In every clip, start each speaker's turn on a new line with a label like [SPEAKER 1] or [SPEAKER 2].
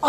[SPEAKER 1] 教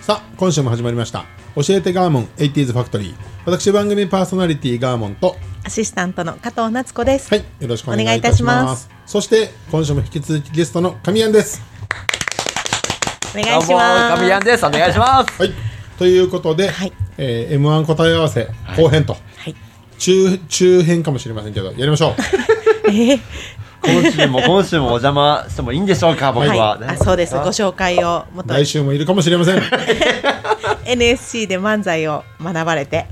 [SPEAKER 2] さあ今週も始まりました教えてガーモン 80s ファクトリー私番組パーソナリティガーモンと
[SPEAKER 3] アシスタントの加藤夏子です。
[SPEAKER 2] はい、よろしくお願いいたし
[SPEAKER 3] お願いい
[SPEAKER 2] ま
[SPEAKER 3] たしますす。
[SPEAKER 2] そして、今週も引き続きゲストの神谷です。
[SPEAKER 3] お願いします。
[SPEAKER 4] 神谷です。お願いします。
[SPEAKER 2] はい、ということで、
[SPEAKER 3] はい
[SPEAKER 2] えー M1 答え合わせ後編と、
[SPEAKER 3] はい。
[SPEAKER 2] 中中編かもしれませんけど、やりまし ょう。
[SPEAKER 4] 今週も今週もお邪魔してもいいんでしょうか、僕
[SPEAKER 3] はい、
[SPEAKER 4] は。
[SPEAKER 3] あ、そうです。ご紹介を元
[SPEAKER 2] 来週もいるかもしれません。そ
[SPEAKER 3] NSC で漫才を学ばれて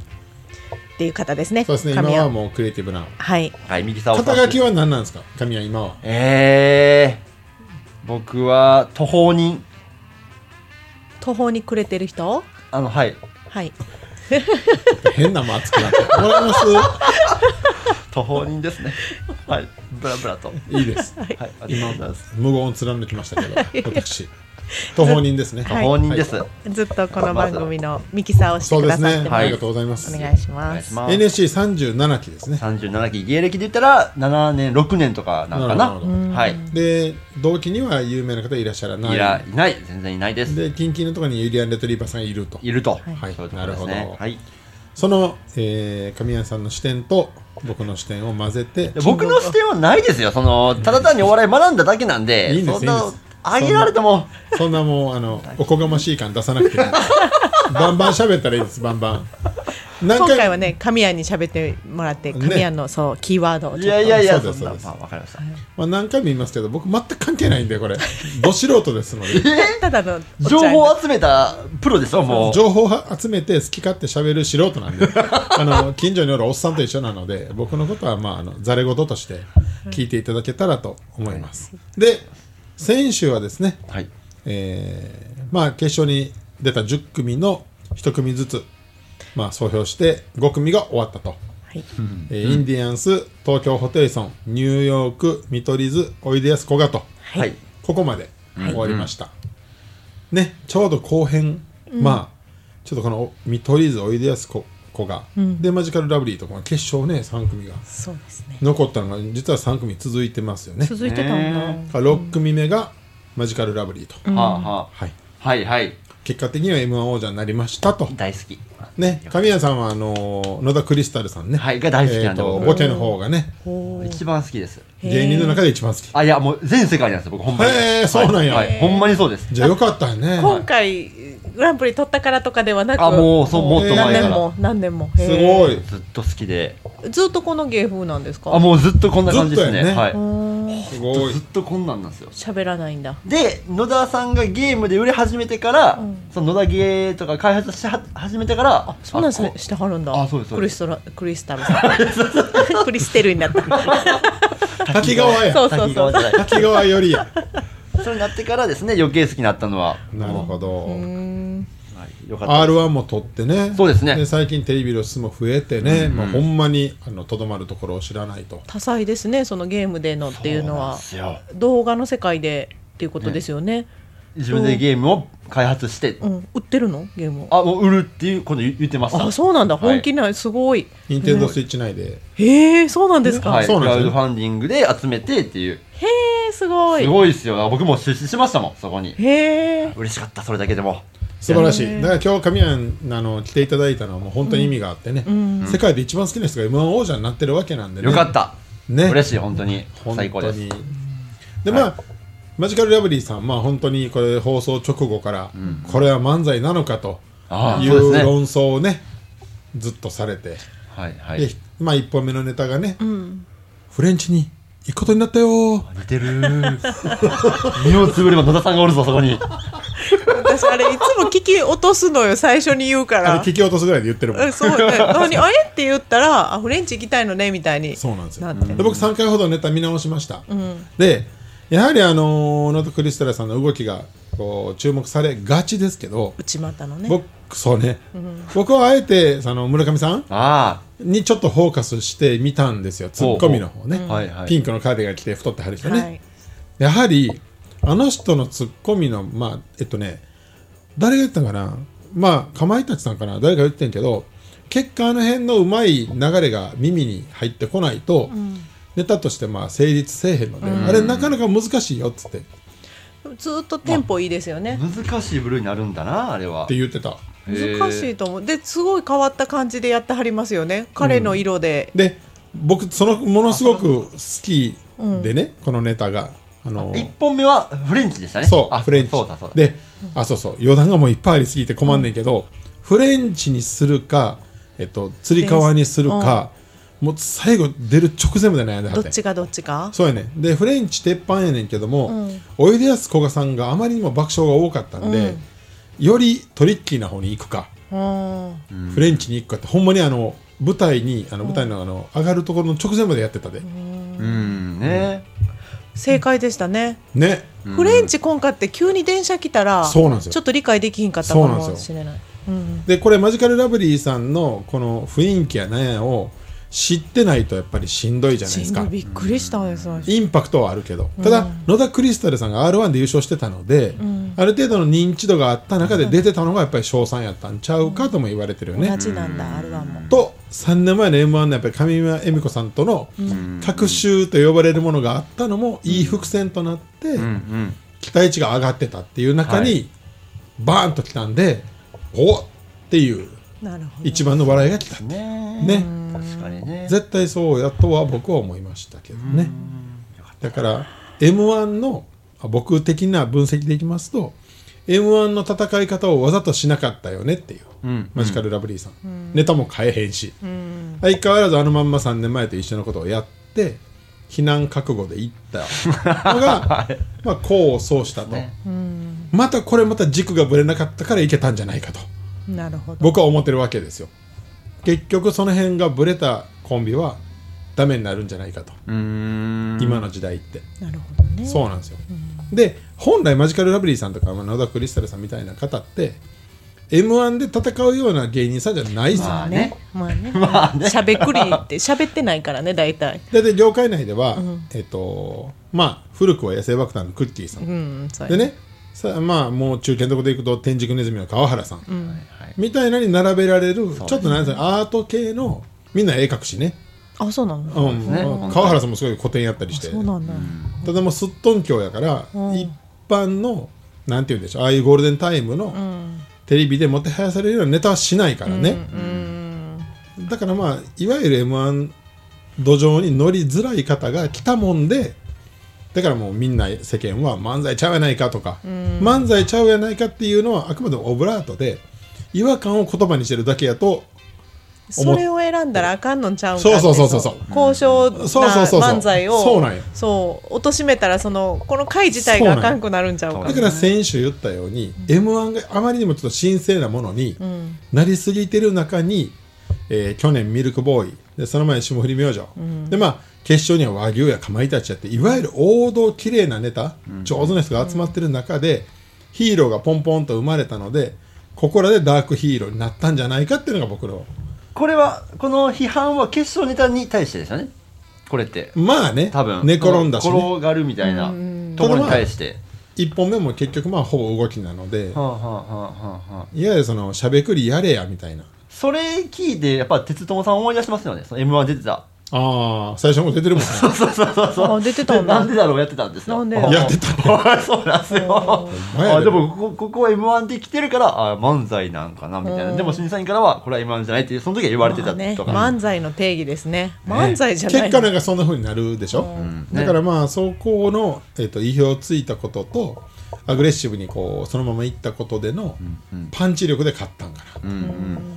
[SPEAKER 3] っていう方ですね。
[SPEAKER 2] うですね、今
[SPEAKER 3] 神谷
[SPEAKER 2] はもうクリエイティブな。
[SPEAKER 3] はい。
[SPEAKER 4] はい、右沢
[SPEAKER 2] 肩書きは何なんですか、神谷今は。
[SPEAKER 4] えー、僕は途方人。
[SPEAKER 3] 途方に暮れてる人。
[SPEAKER 4] あの、はい。
[SPEAKER 3] はい。
[SPEAKER 2] 変なマツくなって。もらいます。
[SPEAKER 4] 途方人ですね。はい。ブラブラと。はい。
[SPEAKER 2] いいです。
[SPEAKER 4] ありがとうございます。
[SPEAKER 2] 無言を貫きました けど、私。途方人ですね。
[SPEAKER 4] 途方人です。
[SPEAKER 2] は
[SPEAKER 4] お
[SPEAKER 3] ずっとこの番組のミキサーをして
[SPEAKER 2] そう
[SPEAKER 3] く
[SPEAKER 2] で
[SPEAKER 3] だ
[SPEAKER 2] す
[SPEAKER 3] さって
[SPEAKER 2] ね。
[SPEAKER 3] ま
[SPEAKER 2] あ
[SPEAKER 3] す。
[SPEAKER 2] りがとうございます。
[SPEAKER 3] お願いしま
[SPEAKER 4] 願いし
[SPEAKER 3] す。
[SPEAKER 4] ます。
[SPEAKER 2] NSC37 期ですね。
[SPEAKER 4] 37期、芸歴で言ったら7年、6年とかなんか
[SPEAKER 2] なる
[SPEAKER 4] な
[SPEAKER 2] ほどなる。
[SPEAKER 4] はい。
[SPEAKER 2] で同期には有名な方いらっしゃらない
[SPEAKER 4] いら、いない。全然いないです。
[SPEAKER 2] で近々のところにユリアン・レトリーバーさんがいると
[SPEAKER 4] いると。
[SPEAKER 2] はい
[SPEAKER 4] そういうところです
[SPEAKER 2] なるほど
[SPEAKER 4] ね。はい。
[SPEAKER 2] その、えー、神谷さんの視点と僕の視点を混ぜて
[SPEAKER 4] で僕の視点はないですよそのただ単にお笑い学んだだけなんで
[SPEAKER 2] いいんです
[SPEAKER 4] そんない
[SPEAKER 2] いんです
[SPEAKER 4] あげられても
[SPEAKER 2] そんなもうあのおこがましい感出さなくていい バンバン喋ったらいいですバンバン何
[SPEAKER 3] 今回
[SPEAKER 2] 回
[SPEAKER 3] はね、神谷に喋ってもらって、神谷のそう、キーワードを
[SPEAKER 4] い
[SPEAKER 3] ちょっ
[SPEAKER 4] やいやいや
[SPEAKER 2] そうです
[SPEAKER 4] そんな
[SPEAKER 2] そうです
[SPEAKER 4] まあわかりました
[SPEAKER 2] まあ、何回も言いますけど僕全く関係ないんで これど素人ですので
[SPEAKER 3] とただのお茶
[SPEAKER 4] 情
[SPEAKER 3] 屋
[SPEAKER 4] 報を集めたプロですよもう
[SPEAKER 2] 情報を集めて好き勝手喋る素人なんで あの近所におるおっさんと一緒なので僕のことはまああのざれ言として聞いていただけたらと思います、で先週はですね
[SPEAKER 4] はい
[SPEAKER 2] えーまあ決勝に出た10組の1組ずつ、まあ、総評して5組が終わったと、
[SPEAKER 3] はい。
[SPEAKER 2] えーインディアンス東京ホテイソンニューヨーク見取り図おいでやすこがと
[SPEAKER 4] はい
[SPEAKER 2] ここまで終わりました、ねちょうど後編、まあちょっとこの見取り図おいでやすここが、でマジカルラブリーとこの決勝ね3組が
[SPEAKER 3] そうですね。
[SPEAKER 2] 残ったのが実は3組続いてますよね
[SPEAKER 3] 続いてたんだ。
[SPEAKER 4] ね
[SPEAKER 2] 6組目がマジカルラブリーと、
[SPEAKER 4] はあは
[SPEAKER 2] はい
[SPEAKER 4] あはいはい
[SPEAKER 2] 結果的には m 1王者になりましたと。
[SPEAKER 4] 大好き
[SPEAKER 2] ね、神谷さんはあのー野田クリスタルさんね、
[SPEAKER 4] はいが大好きなんで
[SPEAKER 2] えーと
[SPEAKER 4] 僕
[SPEAKER 2] ボケの方がね、
[SPEAKER 4] 一番好きです
[SPEAKER 2] 芸人の中で一番好き。
[SPEAKER 4] あいやもう全世界なんですよ僕ほんまに
[SPEAKER 2] へーそうなんや
[SPEAKER 4] はいはいほんまにそうです
[SPEAKER 2] じゃあよかったよね。
[SPEAKER 3] 今回グランプリ取ったからとかではなく
[SPEAKER 4] あもうそうもっと前から
[SPEAKER 3] 何年も何年も
[SPEAKER 2] すご
[SPEAKER 3] い
[SPEAKER 2] い。
[SPEAKER 4] ずっと好きで
[SPEAKER 3] ずっとこの芸風なんですか
[SPEAKER 4] あもうずっとこんな感じですね
[SPEAKER 2] ずっとやね
[SPEAKER 4] は
[SPEAKER 3] う
[SPEAKER 4] い
[SPEAKER 3] ーん
[SPEAKER 2] すごい
[SPEAKER 4] ずっ。とこんなんなんですよ
[SPEAKER 3] 喋らないんだ
[SPEAKER 4] で野田さんがゲームで売れ始めてから、その野田ゲーとか開発しは始めてからあ
[SPEAKER 3] そんなん
[SPEAKER 4] こ
[SPEAKER 3] せしてはるんだ
[SPEAKER 4] あそうですそう
[SPEAKER 3] ク
[SPEAKER 4] で
[SPEAKER 3] リ
[SPEAKER 4] す
[SPEAKER 3] ストラクリスタルさ んクリステルになった
[SPEAKER 2] 滝川や。
[SPEAKER 3] そうそう
[SPEAKER 4] 滝
[SPEAKER 3] そ
[SPEAKER 4] 川
[SPEAKER 3] う
[SPEAKER 4] じゃない
[SPEAKER 2] 滝川よりや。
[SPEAKER 4] それになってからですね余計好きになったのは、
[SPEAKER 2] なるほど。
[SPEAKER 4] はい、よかった
[SPEAKER 2] R1 も取ってね。
[SPEAKER 4] そうですね
[SPEAKER 2] 最近テレビ露出も増えてね、まあほんまにあのとどまるところを知らないと。
[SPEAKER 3] 多彩ですねそのゲームでのっていうのは
[SPEAKER 4] そうなんです
[SPEAKER 3] 動画の世界でっていうことですよね
[SPEAKER 4] 自分でゲームを開発して、
[SPEAKER 3] うん売ってるのゲームを
[SPEAKER 4] あもう売るっていうこと言言ってました
[SPEAKER 3] あそうなんだ
[SPEAKER 4] はい
[SPEAKER 3] 本気なすごい
[SPEAKER 2] 任天堂スイッチ内で。
[SPEAKER 3] へえそうなんですか
[SPEAKER 4] はい
[SPEAKER 3] へ
[SPEAKER 2] そう
[SPEAKER 4] ク
[SPEAKER 2] なんですね
[SPEAKER 4] ラウドファンディングで集めてっていう
[SPEAKER 3] えすご
[SPEAKER 4] す
[SPEAKER 3] い
[SPEAKER 4] ごいですよ僕も出資しましたもんそこに
[SPEAKER 3] へえ
[SPEAKER 4] 嬉しかったそれだけでも
[SPEAKER 2] 素晴らしい。だから今日神谷あの来ていただいたのはもう本当に意味があってね、世界で一番好きな人が M1 王者になってるわけなんでね。
[SPEAKER 4] よかった、
[SPEAKER 2] ね
[SPEAKER 4] 嬉しい本当に
[SPEAKER 2] 本当に
[SPEAKER 4] 最高です
[SPEAKER 2] でまあ、マジカルラブリーさんまあ本当にこれ放送直後から、これは漫才なのかと
[SPEAKER 4] ああ
[SPEAKER 2] い
[SPEAKER 4] そう
[SPEAKER 2] う
[SPEAKER 4] ですね
[SPEAKER 2] 論争をねずっとされて、
[SPEAKER 4] はいはい
[SPEAKER 2] でまあ一本目のネタがね、フレンチに行くことになったよ
[SPEAKER 4] 似てる身をつぶれば野田さんがおるぞそこに
[SPEAKER 3] 私あれいつも聞き落とすのよ最初に言うか
[SPEAKER 2] あれ
[SPEAKER 3] ら
[SPEAKER 2] 聞き落とすぐらいで言ってるも
[SPEAKER 3] うんん そうよね何あれって言ったらあフレンチ行きたいのねみたいに
[SPEAKER 2] そうなんですよ
[SPEAKER 3] なって
[SPEAKER 2] で僕3回ほどネタ見直しました、でやはりあのーノートクリステラさんの動きがこう注目されがちですけど、
[SPEAKER 3] 内股のね
[SPEAKER 2] 僕そうね、僕はあえてその村上さん
[SPEAKER 4] あ
[SPEAKER 2] にちょっとフォーカスしてみたんですよツッコミの方ね、
[SPEAKER 4] ほうほうはいはい
[SPEAKER 2] ピンクのカーディガン着て太ってはる人ね、
[SPEAKER 3] はい
[SPEAKER 2] やはりあの人のツッコミのまあえっとね誰が言ってたのかなまあかまいたちさんかな誰か言ってんけど結果あの辺のうまい流れが耳に入ってこないと、ネタとしてまあ成立せえへんので、あれなかなか難しいよっつってって
[SPEAKER 3] ずっとテンポいいですよね
[SPEAKER 4] あ難しい部類になるんだなあれは
[SPEAKER 2] 言ってた
[SPEAKER 3] 難しいと思うですごい変わった感じでやってはりますよね彼の色で、
[SPEAKER 2] で僕そのものすごく好きでね、このネタがあの
[SPEAKER 4] 1本目はフレンチでしたね
[SPEAKER 2] そう
[SPEAKER 4] あ
[SPEAKER 2] フレンチ
[SPEAKER 4] そうだそうだ
[SPEAKER 2] であそうそう余談がもういっぱいありすぎて困んねんけど、フレンチにするか、えっと、つり革にするか、もう最後出る直前まで悩んでは
[SPEAKER 3] ど
[SPEAKER 2] っ
[SPEAKER 3] ってちがどっちか
[SPEAKER 2] そうやねでフレンチ鉄板やねんけども、おいでやすこがさんがあまりにも爆笑が多かったんで、よりトリッキーな方に行くか、
[SPEAKER 3] うん
[SPEAKER 2] フレンチに行くかってほんまにあの舞台にあの舞台のあの上がるところの直前までやってたで、
[SPEAKER 4] うんね
[SPEAKER 3] 正解でしたね、
[SPEAKER 2] ね
[SPEAKER 3] フレンチ今回って急に電車来たら
[SPEAKER 2] そうなんですよ
[SPEAKER 3] ちょっと理解できひんかったか
[SPEAKER 2] そうなん
[SPEAKER 3] も
[SPEAKER 2] です
[SPEAKER 3] し
[SPEAKER 2] よ
[SPEAKER 3] れない
[SPEAKER 2] でこれマジカルラブリーさんのこの雰囲気やなんやを知ってないとやっぱりしんどいじゃないで
[SPEAKER 3] し
[SPEAKER 2] す
[SPEAKER 3] んど
[SPEAKER 2] か
[SPEAKER 3] いびっくりしたんですよ、
[SPEAKER 2] インパクトはあるけどただ、野田クリスタルさんが r 1で優勝してたので、ある程度の認知度があった中で出てたのがやっぱり賞賛やったんちゃうかとも言われてるよね、
[SPEAKER 3] 同じなんだ、R1 も
[SPEAKER 2] と3年前の m 1のやっぱり上沼恵美子さんとの隔週と呼ばれるものがあったのもいい伏線となって、
[SPEAKER 4] うん
[SPEAKER 2] 期待値が上がってたっていう中に、
[SPEAKER 4] は
[SPEAKER 2] バーンと来たんでおっっていう
[SPEAKER 3] なるほど
[SPEAKER 2] 一番の笑いが来た
[SPEAKER 4] うんね
[SPEAKER 2] ね
[SPEAKER 4] 確かにね
[SPEAKER 2] 絶対そうやとは僕は思いましたけどねだから m 1のあ僕的な分析でいきますと m 1の戦い方をわざとしなかったよねっていう、
[SPEAKER 4] ん
[SPEAKER 2] マジカルラブリーさん、ネタも変えへんし、相変わらずあのまんま3年前と一緒のことをやって避難覚悟で行ったの がまあ功を奏したと、
[SPEAKER 4] ね
[SPEAKER 2] またこれまた軸がぶれなかったからいけたんじゃないかと。
[SPEAKER 3] なるほど
[SPEAKER 2] 僕は思ってるわけですよ結局その辺がブレたコンビはダメになるんじゃないかと、
[SPEAKER 4] うん
[SPEAKER 2] 今の時代って、
[SPEAKER 3] なるほどね
[SPEAKER 2] そうなんですよ、で本来マジカルラブリーさんとかまあ野田クリスタルさんみたいな方って m 1で戦うような芸人さんじゃないですよ、
[SPEAKER 4] まあね
[SPEAKER 3] ねまあね まあねしゃべくりって しゃべってないからね大体
[SPEAKER 2] だいたい業界内では、えっとまあ古くは野生爆弾のクッキーさん、
[SPEAKER 3] うんそう
[SPEAKER 2] で
[SPEAKER 3] や
[SPEAKER 2] ねさまあもう中堅のとこでいくと天竺ネズミの川原さん、
[SPEAKER 4] はい
[SPEAKER 2] みたいなに並べられる、ちょっとなんですかアート系のみんな絵描くしね、
[SPEAKER 3] あそうなの
[SPEAKER 2] うん
[SPEAKER 4] ね
[SPEAKER 2] まあ川原さんもすごい古典やったりして
[SPEAKER 3] そうなんだ
[SPEAKER 2] ただもうすっとんきょうやから、一般のなんて言うんでしょうああいうゴールデンタイムのテレビでもてはやされるようなネタはしないからね、だからまあいわゆる m 1土壌に乗りづらい方が来たもんでだからもうみんな世間は漫才ちゃうやないかとか、漫才ちゃうやないかっていうのはあくまでもオブラートで違和感を言葉にしてるだけやと
[SPEAKER 3] それを選んだらあかんのんちゃうんか
[SPEAKER 2] そうそうそうそうそう
[SPEAKER 3] って交渉な
[SPEAKER 2] そうそうそうそう
[SPEAKER 3] 漫才を
[SPEAKER 2] そうなんよ
[SPEAKER 3] そう貶としめたらそのこの会自体があかんくなるんちゃうか
[SPEAKER 2] だから先週言ったように、m 1があまりにもちょっと神聖なものになりすぎてる中に、えー去年ミルクボーイでその前霜降り明星、でまあ決勝には和牛やかまいたちやっていわゆる王道綺麗なネタ、上手な人が集まってる中で、ヒーローがポンポンと生まれたのでここらでダークヒーローになったんじゃないかっていうのが僕の
[SPEAKER 4] これはこの批判は決勝ネタに対してですよねこれって
[SPEAKER 2] まあね
[SPEAKER 4] 多分
[SPEAKER 2] 寝転んだし、ね、
[SPEAKER 4] 転がるみたいなところに対して
[SPEAKER 2] 1本目も結局まあほぼ動きなので、
[SPEAKER 4] はあはあはあはあ
[SPEAKER 2] いわゆるそのしゃべくりやれやみたいな
[SPEAKER 4] それ聞いてやっぱ鉄友さん思い出しますよねその m 1出てた
[SPEAKER 2] ああ最初も出てるもんね
[SPEAKER 4] そうそうそうそう
[SPEAKER 3] あ出てたんだ
[SPEAKER 4] なんでだろうやってたんですよ
[SPEAKER 3] なんで
[SPEAKER 4] あ
[SPEAKER 2] やってた
[SPEAKER 4] そうなんです よ
[SPEAKER 2] 前や
[SPEAKER 4] あ
[SPEAKER 2] で
[SPEAKER 4] でもここここは m 1で来てるからあ漫才なんかなみたいなでも審査員からはこれは m 1じゃないってその時は言われて
[SPEAKER 3] ま
[SPEAKER 4] た
[SPEAKER 3] あね
[SPEAKER 4] とか、
[SPEAKER 3] 漫才の定義ですね漫才じゃな
[SPEAKER 2] 結
[SPEAKER 3] い
[SPEAKER 2] 果なんかそんな風になるでしょ、
[SPEAKER 4] ん
[SPEAKER 2] だからまあそこの、えー、と意表をついたこととアグレッシブにこうそのままいったことでのパンチ力で勝ったんかな、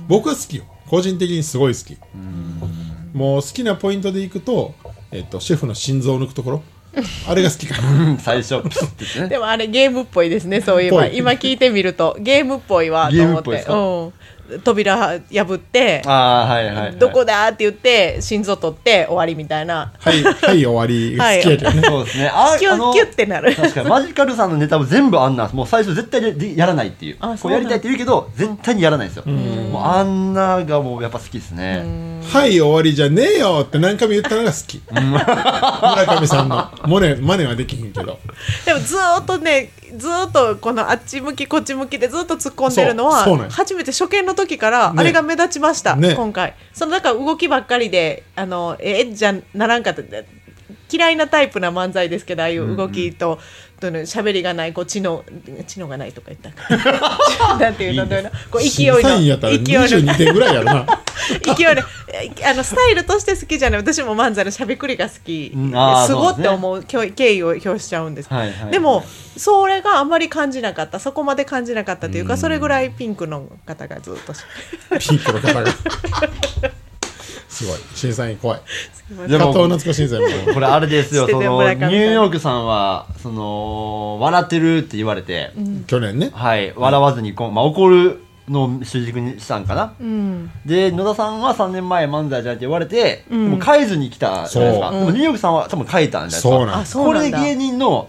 [SPEAKER 2] 僕は好きよ個人的にすごい好き、もう好きなポイントでいくと,、えー、とシェフの心臓を抜くところあれが好きかな
[SPEAKER 4] うん最初プスって言ってね
[SPEAKER 3] でもあれゲームっぽいですねそういえ
[SPEAKER 2] ぽ
[SPEAKER 3] ば
[SPEAKER 2] い
[SPEAKER 3] 今聞いてみるとゲームっぽいわと思っ
[SPEAKER 4] ゲームってぽ
[SPEAKER 3] うん、扉破って
[SPEAKER 4] ああはいはい、はい、
[SPEAKER 3] どこだって言って心臓取って終わりみたいな
[SPEAKER 2] はいはい終わりが好きやけどね、
[SPEAKER 4] そうですねあ
[SPEAKER 3] キュンキュンってなる
[SPEAKER 4] 確かにマジカルさんのネタも全部あんなもう最初絶対でやらないっていう
[SPEAKER 3] あそ
[SPEAKER 4] こ
[SPEAKER 3] う
[SPEAKER 4] う
[SPEAKER 3] な
[SPEAKER 4] や
[SPEAKER 3] ん
[SPEAKER 4] りたいって言うけど絶対にやらないんですよもうあんながもうやっぱ好きですね
[SPEAKER 2] はい終わりじゃねえよって何回も言ったのが好き村上さんのモネマネはできひんけど
[SPEAKER 3] でもずーっとねずーっとこのあっち向きこっち向きでずーっと突っ込んでるのは
[SPEAKER 2] そうそうなんです
[SPEAKER 3] 初めて初見の時から
[SPEAKER 2] ね
[SPEAKER 3] あれが目立ちました、
[SPEAKER 2] ね
[SPEAKER 3] 今回そのなんか動きばっかりであのええじゃならんかった嫌いなタイプな漫才ですけどああいう動きと、とね喋りがないこう知能知能がないとか言った らなんていうのどういうのこう勢いの
[SPEAKER 2] 審査員やったら
[SPEAKER 3] 勢いの
[SPEAKER 2] 22点ぐらいやろな
[SPEAKER 3] 勢いでえあのスタイルとして好きじゃない私も漫才のしゃべくりが好き
[SPEAKER 4] うんあー
[SPEAKER 3] すごっ
[SPEAKER 4] そう
[SPEAKER 3] て
[SPEAKER 4] ですね
[SPEAKER 3] 思うきょ敬意を表しちゃうんです、
[SPEAKER 4] はいはい
[SPEAKER 3] でもそれがあまり感じなかったそこまで感じなかったというかそれぐらいピンクの方がずっとし
[SPEAKER 2] ピンクの方がすごい審査員怖い
[SPEAKER 4] で
[SPEAKER 2] 加
[SPEAKER 4] も
[SPEAKER 2] 藤夏子審査員も怖い
[SPEAKER 4] これあれですよ
[SPEAKER 3] して
[SPEAKER 4] そ
[SPEAKER 3] て
[SPEAKER 4] の
[SPEAKER 3] 村
[SPEAKER 4] ニ
[SPEAKER 3] 上
[SPEAKER 4] ュ
[SPEAKER 3] さん
[SPEAKER 4] ーヨークさんはその笑ってるって言われて、
[SPEAKER 2] 去年ね
[SPEAKER 4] はい笑わずにこう、まあ、怒るのを主軸にしたんかな、
[SPEAKER 3] うん
[SPEAKER 4] で野田さんは3年前漫才じゃないって言われて、もう変えずに来たじゃないですか
[SPEAKER 2] そう
[SPEAKER 4] でもニューヨークさんは多分変えたんじゃないですか
[SPEAKER 2] そうなん
[SPEAKER 3] あ
[SPEAKER 2] です
[SPEAKER 3] そう
[SPEAKER 4] こ
[SPEAKER 3] な
[SPEAKER 4] れ
[SPEAKER 3] ん
[SPEAKER 4] で
[SPEAKER 3] だ
[SPEAKER 4] 芸人の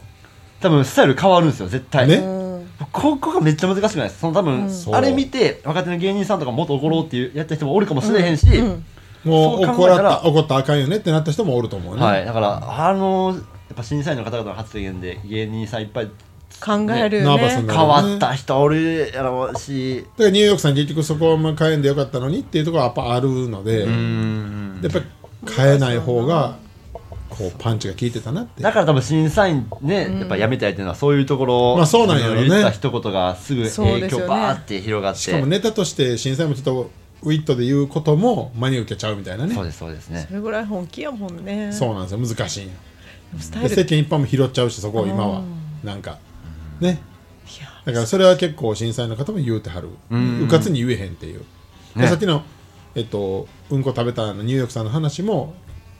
[SPEAKER 4] 多分スタイル変わるんですよ絶対
[SPEAKER 2] ね
[SPEAKER 4] ここがめっちゃ難しくないですかその多分、
[SPEAKER 2] そう
[SPEAKER 4] あれ見て若手の芸人さんとかもっと怒ろうっていうやった人もおるかもしれへんし、
[SPEAKER 2] もう
[SPEAKER 4] そう考
[SPEAKER 2] 怒
[SPEAKER 4] え
[SPEAKER 2] ら
[SPEAKER 4] た
[SPEAKER 2] っ
[SPEAKER 4] ら
[SPEAKER 2] た怒ったらあかんよねってなった人もおると思うね、
[SPEAKER 4] はいだからあのやっぱ審査員の方々の発言で芸人さんいっぱい
[SPEAKER 3] 考える
[SPEAKER 2] ナ
[SPEAKER 3] よ
[SPEAKER 2] ーバスになるよ
[SPEAKER 4] 変
[SPEAKER 3] ね
[SPEAKER 2] ね
[SPEAKER 4] わった人おるやろうし
[SPEAKER 2] だからニューヨークさん結局そこは変えんでよかったのにっていうところはやっぱあるのでやっぱり変えない方がこうパンチが効いてたなって
[SPEAKER 4] だから多分審査員ね、やっぱやめたいっていうのはそういうところを、
[SPEAKER 2] まあそうなんやろね
[SPEAKER 4] 言った一言がすぐ
[SPEAKER 3] そう
[SPEAKER 4] 影
[SPEAKER 3] ですよ
[SPEAKER 4] 響
[SPEAKER 3] ね
[SPEAKER 4] バーって広がって
[SPEAKER 2] しかもネタとして審査員もちょっとウィットで言うことも真に受けちゃうみたいなね
[SPEAKER 4] そうですそうですね
[SPEAKER 3] それぐらい本気やもんね
[SPEAKER 2] そうなんですよ難しいんよ
[SPEAKER 3] スタ
[SPEAKER 2] で
[SPEAKER 3] イル
[SPEAKER 2] 世間一般も拾っちゃうしそこを今はなんかねだからそれは結構審査員の方も言うてはるうかつに言えへんっていう、で
[SPEAKER 4] ね
[SPEAKER 2] さっきの、えっと、うんこ食べたあのニューヨークさんの話も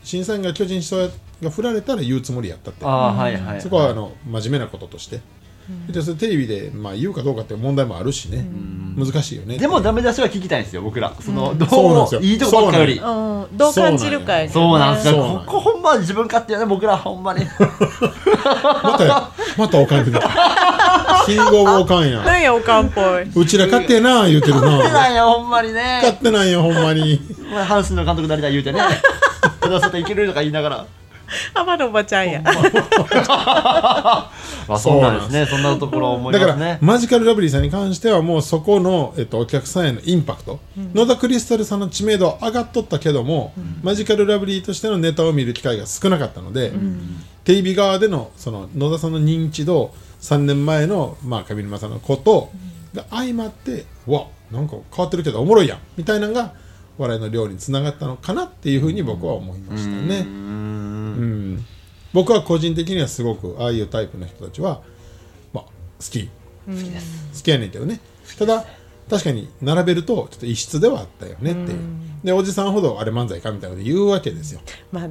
[SPEAKER 2] 審査員が巨人しそうが振られたら言うつもりやったって
[SPEAKER 4] ああーはいはい
[SPEAKER 2] そこはあの真面目なこととして、でそれテレビで、まあ、言うかどうかっていう問題もあるしね、難しいよね
[SPEAKER 4] でもダメ出しは聞きたいんですよ僕らその、ど
[SPEAKER 2] そうなん
[SPEAKER 4] う
[SPEAKER 2] ですよ
[SPEAKER 4] いいとこばっかより
[SPEAKER 2] そ
[SPEAKER 3] うん、どう感じるかやね
[SPEAKER 4] そうなんです
[SPEAKER 2] そうなん
[SPEAKER 4] よ
[SPEAKER 2] や
[SPEAKER 4] ここほんま自分勝手やね僕らほんま に
[SPEAKER 2] またまたおかん 出てきたキングオブおかんや
[SPEAKER 3] なんやおかんっぽい
[SPEAKER 2] うちら勝手やな言うてる
[SPEAKER 4] 勝手な
[SPEAKER 2] なん
[SPEAKER 4] やほんまに
[SPEAKER 2] 勝
[SPEAKER 4] ね
[SPEAKER 2] 手なんよほんまに
[SPEAKER 4] まあ阪神の監督になりたい言うてね ただ外いけるとか言いながら
[SPEAKER 3] 浜のおばちゃんや
[SPEAKER 4] まあそうなんですねそんなところ思い
[SPEAKER 2] だ
[SPEAKER 4] ま
[SPEAKER 2] から、
[SPEAKER 4] すね
[SPEAKER 2] マジカルラブリーさんに関してはもうそこの、えっと、お客さんへのインパクト、野田クリスタルさんの知名度は上がっとったけども、マジカルラブリーとしてのネタを見る機会が少なかったので、テレビ側でのその野田さんの認知度3年前の、まあ、上沼さんのことが相まって、うわなんか変わってるけどおもろいやんみたいなのが笑いの量につながったのかなっていうふうに僕は思いましたね。うん僕は個人的にはすごくああいうタイプの人たちは、まあ、好き好きです好きやねんけどねただ確かに並べるとちょっと異質ではあったよねっていうでおじさんほどあれ漫才かみたいなこと言うわけですよ
[SPEAKER 3] まあ、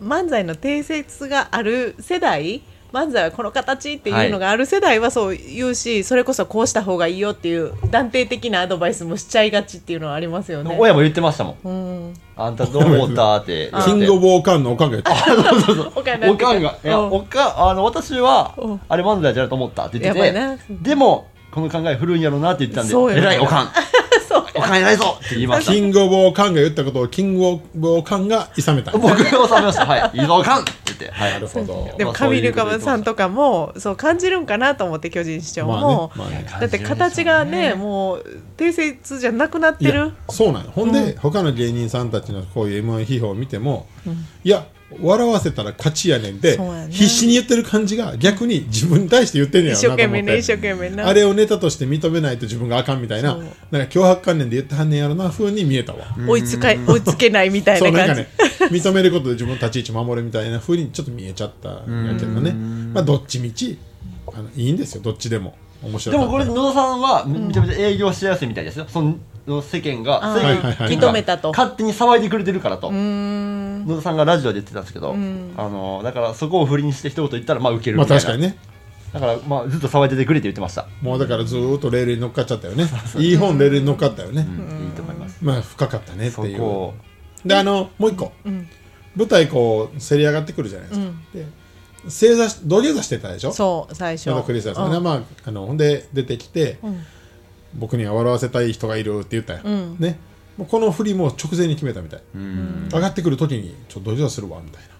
[SPEAKER 3] 漫才の定説がある世代漫才はこの形っていうのがある世代はそう言うし、それこそこうした方がいいよっていう断定的なアドバイスもしちゃいがちっていうのはありますよね。
[SPEAKER 4] 親も言ってましたもんあんたどう思ったって言って
[SPEAKER 2] キングオブオカンのおかげで
[SPEAKER 3] おかん
[SPEAKER 4] おかんが、いや、
[SPEAKER 3] うん
[SPEAKER 4] おかん、あの、私
[SPEAKER 3] う
[SPEAKER 4] は
[SPEAKER 3] ん、
[SPEAKER 4] あれ漫才じゃないと思ったって言って
[SPEAKER 3] やばいな
[SPEAKER 4] て、でも、この考え古いんやろうなって言ってたんで、
[SPEAKER 3] そうよ
[SPEAKER 4] 偉いおかん、おかん偉いぞって言いました
[SPEAKER 2] キ。ングオブオカンが言ったことをキングオブオカンがいさめた
[SPEAKER 4] 僕が収めました。はい、いいぞおかんって言って、はい
[SPEAKER 2] なるほど
[SPEAKER 3] でも上沼さんとかもそう感じるんかなと思って巨人師匠も、
[SPEAKER 2] まあねまあね
[SPEAKER 3] だって形がねもう定説じゃなくなっ
[SPEAKER 2] い
[SPEAKER 3] て
[SPEAKER 2] や
[SPEAKER 3] る
[SPEAKER 2] そうなんよほんで、他の芸人さんたちのこういう m 1批評を見ても、いや笑わせたら勝ちやねんで、
[SPEAKER 3] そうやね
[SPEAKER 2] 必死に言ってる感じが逆に自分に対して言ってんねや
[SPEAKER 3] 一
[SPEAKER 2] ろな
[SPEAKER 3] 生
[SPEAKER 2] と
[SPEAKER 3] 懸
[SPEAKER 2] 思
[SPEAKER 3] 命
[SPEAKER 2] っ
[SPEAKER 3] ね
[SPEAKER 2] て
[SPEAKER 3] 一生懸命な
[SPEAKER 2] あれをネタとして認めないと自分があかんみたいな
[SPEAKER 3] そう
[SPEAKER 2] なんか脅迫観念で言ってはんねんやろな風に見えたわ
[SPEAKER 3] 追いつかい追いつけないみたい
[SPEAKER 2] そう
[SPEAKER 3] な
[SPEAKER 2] なんか
[SPEAKER 3] 感じ、
[SPEAKER 2] ね 認めることで自分の立ち位置守るみたいな風にちょっと見えちゃったんやけどねまあどっちみちあのいいんですよどっちでも面白
[SPEAKER 4] で
[SPEAKER 2] かった
[SPEAKER 4] もこれ野田さんはめちゃめちゃ営業しやすいみたいですよ。そのの世間が
[SPEAKER 3] あー
[SPEAKER 4] 世間が
[SPEAKER 2] はいはいはい
[SPEAKER 3] 認めたと
[SPEAKER 4] 勝手に騒いでくれてるからと
[SPEAKER 3] うーん
[SPEAKER 4] 野田さんがラジオで言ってたんですけど、
[SPEAKER 3] ん
[SPEAKER 4] あのだからそこを振りにして一言言ったらまあウケる
[SPEAKER 2] ま
[SPEAKER 4] み
[SPEAKER 2] あ
[SPEAKER 4] たい
[SPEAKER 2] 確
[SPEAKER 4] な、
[SPEAKER 2] かにね
[SPEAKER 4] だからまあずっと騒いでてくれって言ってました、
[SPEAKER 2] もうだからずーっとレールに乗っかっちゃったよね いい本レールに乗っかったよね、
[SPEAKER 4] いいと思います
[SPEAKER 2] まあ深かったねって
[SPEAKER 4] そ
[SPEAKER 2] いう
[SPEAKER 4] こを
[SPEAKER 2] であのもう一個、
[SPEAKER 3] ん
[SPEAKER 2] 舞台こうせり上がってくるじゃないですか、で正座し土下座してたでしょ
[SPEAKER 3] そう最初
[SPEAKER 2] まだクリスマスね、
[SPEAKER 3] うん
[SPEAKER 2] まあ、あのほんで出てきて、
[SPEAKER 3] ん
[SPEAKER 2] 僕には笑わせたい人がいるって言ったやん、
[SPEAKER 3] うん
[SPEAKER 2] ねもうこの振りも直前に決めたみたい、上がってくる時にちょっと土下座するわみたいな、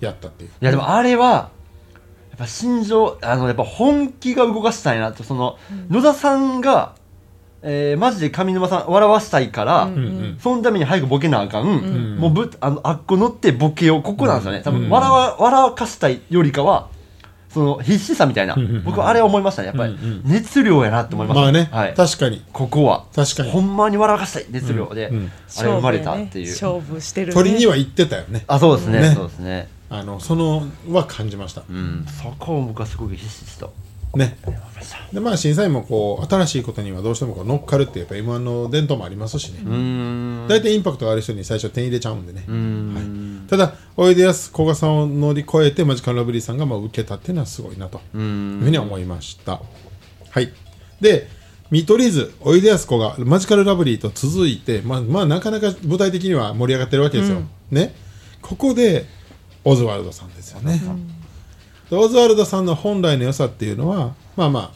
[SPEAKER 2] やったっていう
[SPEAKER 4] いやでもあれはやっぱ心情あのやっぱ本気が動かしたいなとその、野田さんが、えーマジで上沼さん笑わしたいから、
[SPEAKER 2] うんうん
[SPEAKER 4] そのために早くボケなあか
[SPEAKER 2] ん
[SPEAKER 4] ん、もうぶあのあっこ乗ってボケをここなんですよね、多
[SPEAKER 2] う
[SPEAKER 4] 分
[SPEAKER 2] ん
[SPEAKER 4] 笑わ笑かしたいよりかはその必死さみたいな、
[SPEAKER 2] うん
[SPEAKER 4] 僕はあれは思いましたねやっぱり、
[SPEAKER 2] うんうん
[SPEAKER 4] 熱量やなって思いました、
[SPEAKER 2] まあね、
[SPEAKER 4] はい、
[SPEAKER 2] 確かに
[SPEAKER 4] ここは
[SPEAKER 2] 確かに
[SPEAKER 4] ほんまに笑かしたい熱量で、
[SPEAKER 2] うんうん
[SPEAKER 4] あれ生まれたっていう、
[SPEAKER 3] 勝負やね勝負してるね
[SPEAKER 2] 鳥には行ってたよね
[SPEAKER 4] あそうですね
[SPEAKER 2] ね
[SPEAKER 4] そうですね
[SPEAKER 2] あのそのは感じました、
[SPEAKER 4] うんそこを僕はすごく必死と
[SPEAKER 2] ね
[SPEAKER 4] 思いました
[SPEAKER 2] でまあ審査員もこう新しいことにはどうしてもこう乗っかるってやっぱ m 1の伝統もありますしね、
[SPEAKER 4] うーん
[SPEAKER 2] 大体インパクトがある人に最初点入れちゃうんでね、
[SPEAKER 4] うーん
[SPEAKER 2] はい、ただおいでやすこがさんを乗り越えてマジカルラブリーさんがまあ受けたっていうのはすごいなという
[SPEAKER 4] うーん
[SPEAKER 2] ふうに思いましたはいで見取り図おいでやすこがマジカルラブリーと続いてまあまあなかなか舞台的には盛り上がってるわけですよ、ねここでオズワルドさんですよね、でオズワルドさんの本来の良さっていうのはまあま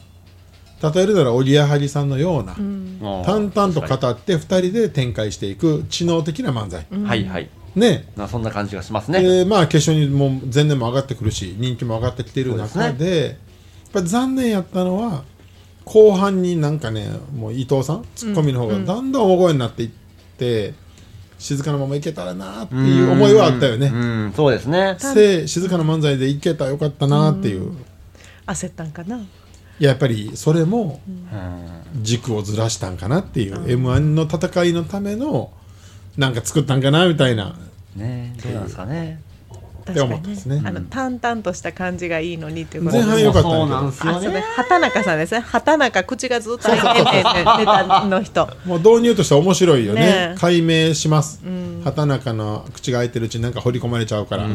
[SPEAKER 2] あ例えるならおぎやはぎさんのような、
[SPEAKER 4] あー
[SPEAKER 2] 淡々と語って2人で展開していく知能的な漫才、
[SPEAKER 4] はいはい
[SPEAKER 2] ね
[SPEAKER 4] なそんな感じがしますね、
[SPEAKER 2] でまあ決勝にもう前年も上がってくるし人気も上がってきてる中
[SPEAKER 4] そう
[SPEAKER 2] でやっぱり残念やったのは後半になんかねもう伊藤さんツッコミの方がだんだん大声になっていって、静かなままいけたらなっていう思いはあったよ
[SPEAKER 4] う
[SPEAKER 2] ね。
[SPEAKER 4] んそうですね
[SPEAKER 2] せ静かな漫才でいけたらよかったなっていう、い
[SPEAKER 3] 焦ったんかな
[SPEAKER 2] ややっぱりそれも
[SPEAKER 4] うん
[SPEAKER 2] 軸をずらしたんかなっていう、m 1の戦いのためのなんか作ったんかなみたいな
[SPEAKER 4] ねどうなんですかね
[SPEAKER 3] 確
[SPEAKER 2] て
[SPEAKER 3] か
[SPEAKER 2] 思っ
[SPEAKER 3] に
[SPEAKER 2] たん
[SPEAKER 3] ね
[SPEAKER 2] ですね
[SPEAKER 3] あの淡々とした感じがいいのにっていうこと
[SPEAKER 2] 前半良かったんやけど
[SPEAKER 4] そうなんです
[SPEAKER 3] あ
[SPEAKER 4] よ
[SPEAKER 3] そうね
[SPEAKER 4] ね
[SPEAKER 3] 畑中さんですね畑中口がずっと開いててネタの人
[SPEAKER 2] もう導入としては面白いよね
[SPEAKER 3] ねえ
[SPEAKER 2] 解明します、畑中の口が開いてるうちになんか掘り込まれちゃうから、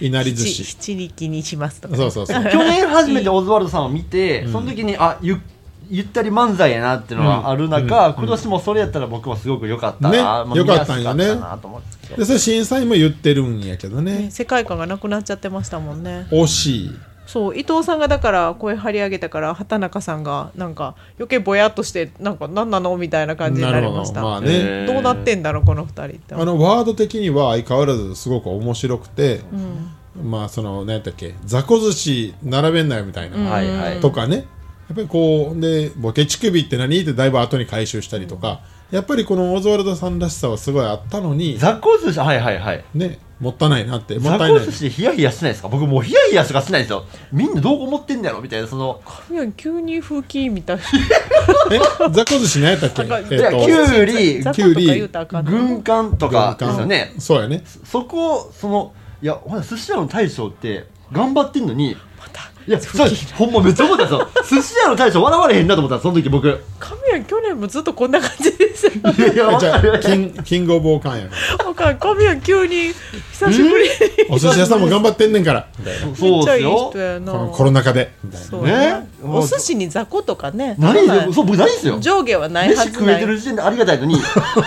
[SPEAKER 2] いなり寿司
[SPEAKER 3] 七七力にしますとか
[SPEAKER 2] そうそうそう
[SPEAKER 4] 去年初めてオズワルドさんを見て、その時にあゆゆったり漫才やなっていうのがある中、今年もそれやったら僕もすごく良かった
[SPEAKER 2] ね
[SPEAKER 4] な、まあ
[SPEAKER 2] 良かったんよね
[SPEAKER 4] 見やすかったなと思うんですけど
[SPEAKER 2] でそれ審査員も言ってるんやけど
[SPEAKER 3] ね
[SPEAKER 2] ね
[SPEAKER 3] 世界観がなくなっちゃってましたもんね
[SPEAKER 2] 惜しい
[SPEAKER 3] そう伊藤さんがだから声張り上げたから畑中さんがなんか余計ぼやっとしてなんか何なのみたいな感じになりました、
[SPEAKER 2] まあね、
[SPEAKER 4] えー
[SPEAKER 3] どうなってんだろうこの二人って
[SPEAKER 2] あのワード的には相変わらずすごく面白くて、まあその何やったっけ雑魚寿司並べんなよみたいな、
[SPEAKER 4] はいはい
[SPEAKER 2] とかねやっぱりこうでボケ乳首って何ってだいぶ後に回収したりとか、やっぱりこのオズワルドさんらしさはすごいあったのに
[SPEAKER 4] 雑魚寿司はいはいはい
[SPEAKER 2] ねもったいないなっても
[SPEAKER 4] 雑
[SPEAKER 2] ったいな
[SPEAKER 4] 魚
[SPEAKER 2] い
[SPEAKER 4] 寿司でヒヤヒヤしないですか僕もうヒヤヒヤしかしないですよみんなどう思ってんだろみたいなその
[SPEAKER 3] いや急に風紀みたいな
[SPEAKER 2] え雑魚寿司何やったっけ
[SPEAKER 3] なんか
[SPEAKER 2] え
[SPEAKER 4] いやキ
[SPEAKER 2] っ
[SPEAKER 4] ュウリ
[SPEAKER 3] 雑
[SPEAKER 2] き
[SPEAKER 3] 魚
[SPEAKER 2] ゅうり
[SPEAKER 3] とか言うたらあかんの
[SPEAKER 4] 軍艦とかですよね
[SPEAKER 2] そう やね
[SPEAKER 4] そこそのいやほら寿司屋の大将って頑張ってんのにいやそうですほんまめっちゃ思ったんですよ寿司屋の大将笑われへんなと思ったんですその時 僕い
[SPEAKER 3] 神谷去年もずっとこんな感じですよ
[SPEAKER 4] やいや
[SPEAKER 2] えじゃあ
[SPEAKER 4] 分か
[SPEAKER 2] キ
[SPEAKER 4] る
[SPEAKER 2] ンキングオブオーカンや
[SPEAKER 3] なんか神谷急に久しぶりに
[SPEAKER 2] お寿司屋さんも頑張ってんねんから
[SPEAKER 3] め
[SPEAKER 4] そ
[SPEAKER 3] っ
[SPEAKER 4] う
[SPEAKER 3] ちゃ
[SPEAKER 4] です
[SPEAKER 3] いい
[SPEAKER 4] よ
[SPEAKER 3] 人やな
[SPEAKER 2] このコロナ禍でみたいな
[SPEAKER 3] そうやな
[SPEAKER 4] ね
[SPEAKER 3] お寿司に雑魚とかね
[SPEAKER 4] 何
[SPEAKER 3] そんなん
[SPEAKER 4] そう僕ないですよ
[SPEAKER 3] 上下はないは
[SPEAKER 4] 飯
[SPEAKER 3] ず
[SPEAKER 4] 食
[SPEAKER 3] な
[SPEAKER 4] えてる
[SPEAKER 3] い
[SPEAKER 4] 時点でありがたい のに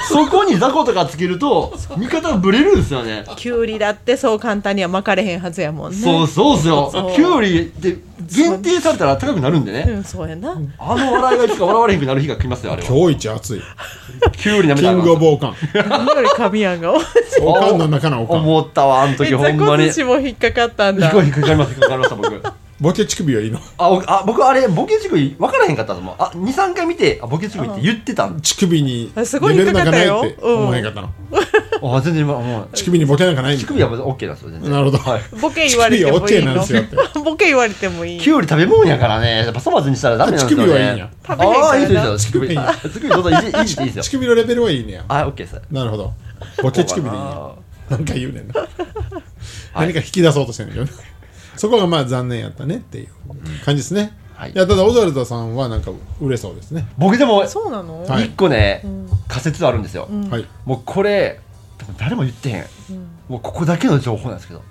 [SPEAKER 4] そこに雑魚とかつけると味方がブレるんですよね
[SPEAKER 3] きゅうりだってそう簡単には巻かれへんはずやもんね
[SPEAKER 4] そうそうですよ
[SPEAKER 3] そう
[SPEAKER 4] キュウリって限定されたら高くなるんで
[SPEAKER 3] う
[SPEAKER 4] ね
[SPEAKER 3] んそうやな
[SPEAKER 4] あの笑いがいつか笑われへんくなる日が来ますよあれは
[SPEAKER 2] 今日一熱 い
[SPEAKER 4] キュウリなめ
[SPEAKER 2] キ
[SPEAKER 4] た
[SPEAKER 2] ングオブオーカン
[SPEAKER 3] 何より神谷が多い
[SPEAKER 2] オーカンの中のオーカン
[SPEAKER 4] 思ったわあの時
[SPEAKER 3] 雑
[SPEAKER 4] ほんま
[SPEAKER 3] 魚
[SPEAKER 4] に
[SPEAKER 3] 寿司も引っかかったん
[SPEAKER 4] 引
[SPEAKER 3] だ
[SPEAKER 4] っかかりました引っかかりました僕
[SPEAKER 2] ボケ乳首はいいの
[SPEAKER 4] あおあ僕あれボケ乳首分からへんかったと思うあ23回見てあボケ乳首って言ってたん
[SPEAKER 2] 乳首に
[SPEAKER 3] あすごい引っかかったよ
[SPEAKER 2] レベルなんかないって思わへんかったの
[SPEAKER 4] あ全然今もう
[SPEAKER 2] 乳首にボケなんかないみ
[SPEAKER 4] 乳
[SPEAKER 2] たい
[SPEAKER 4] 首
[SPEAKER 2] な
[SPEAKER 4] はまだ OK なんですよ全然
[SPEAKER 2] なるほど
[SPEAKER 4] はい
[SPEAKER 3] ボケ言われてもいい
[SPEAKER 2] 乳首は OK なん
[SPEAKER 3] の
[SPEAKER 2] ですよっ
[SPEAKER 3] ボケ言われてもいい
[SPEAKER 4] きゅうり食べ物やからねやっぱ粗末にしたらダメなんですよ、ね、
[SPEAKER 2] 乳首はいいんや
[SPEAKER 3] 食べへんからな
[SPEAKER 4] あーいいですよ乳首
[SPEAKER 2] 乳首いいんや
[SPEAKER 4] 乳首どうぞいじいじっていいです
[SPEAKER 2] 乳
[SPEAKER 4] よ
[SPEAKER 2] 首のレベルはいいねや
[SPEAKER 4] あ OK です
[SPEAKER 2] なるほどボケ乳首でいいんやなんか言うねん な、 何か引き出そうとしてんだけどねそこがまあ残念やったねっていう感じですね、
[SPEAKER 4] はい
[SPEAKER 2] いやただオザルダさんはなんか売れそうですね、
[SPEAKER 4] 僕でも
[SPEAKER 3] そうなの、
[SPEAKER 2] はい
[SPEAKER 4] 一個ね、
[SPEAKER 3] ん
[SPEAKER 4] 仮説あるんですよ、
[SPEAKER 3] うん
[SPEAKER 2] はい
[SPEAKER 4] もうこれ多分誰も言ってへん
[SPEAKER 3] うん
[SPEAKER 4] もうここだけの情報なんですけど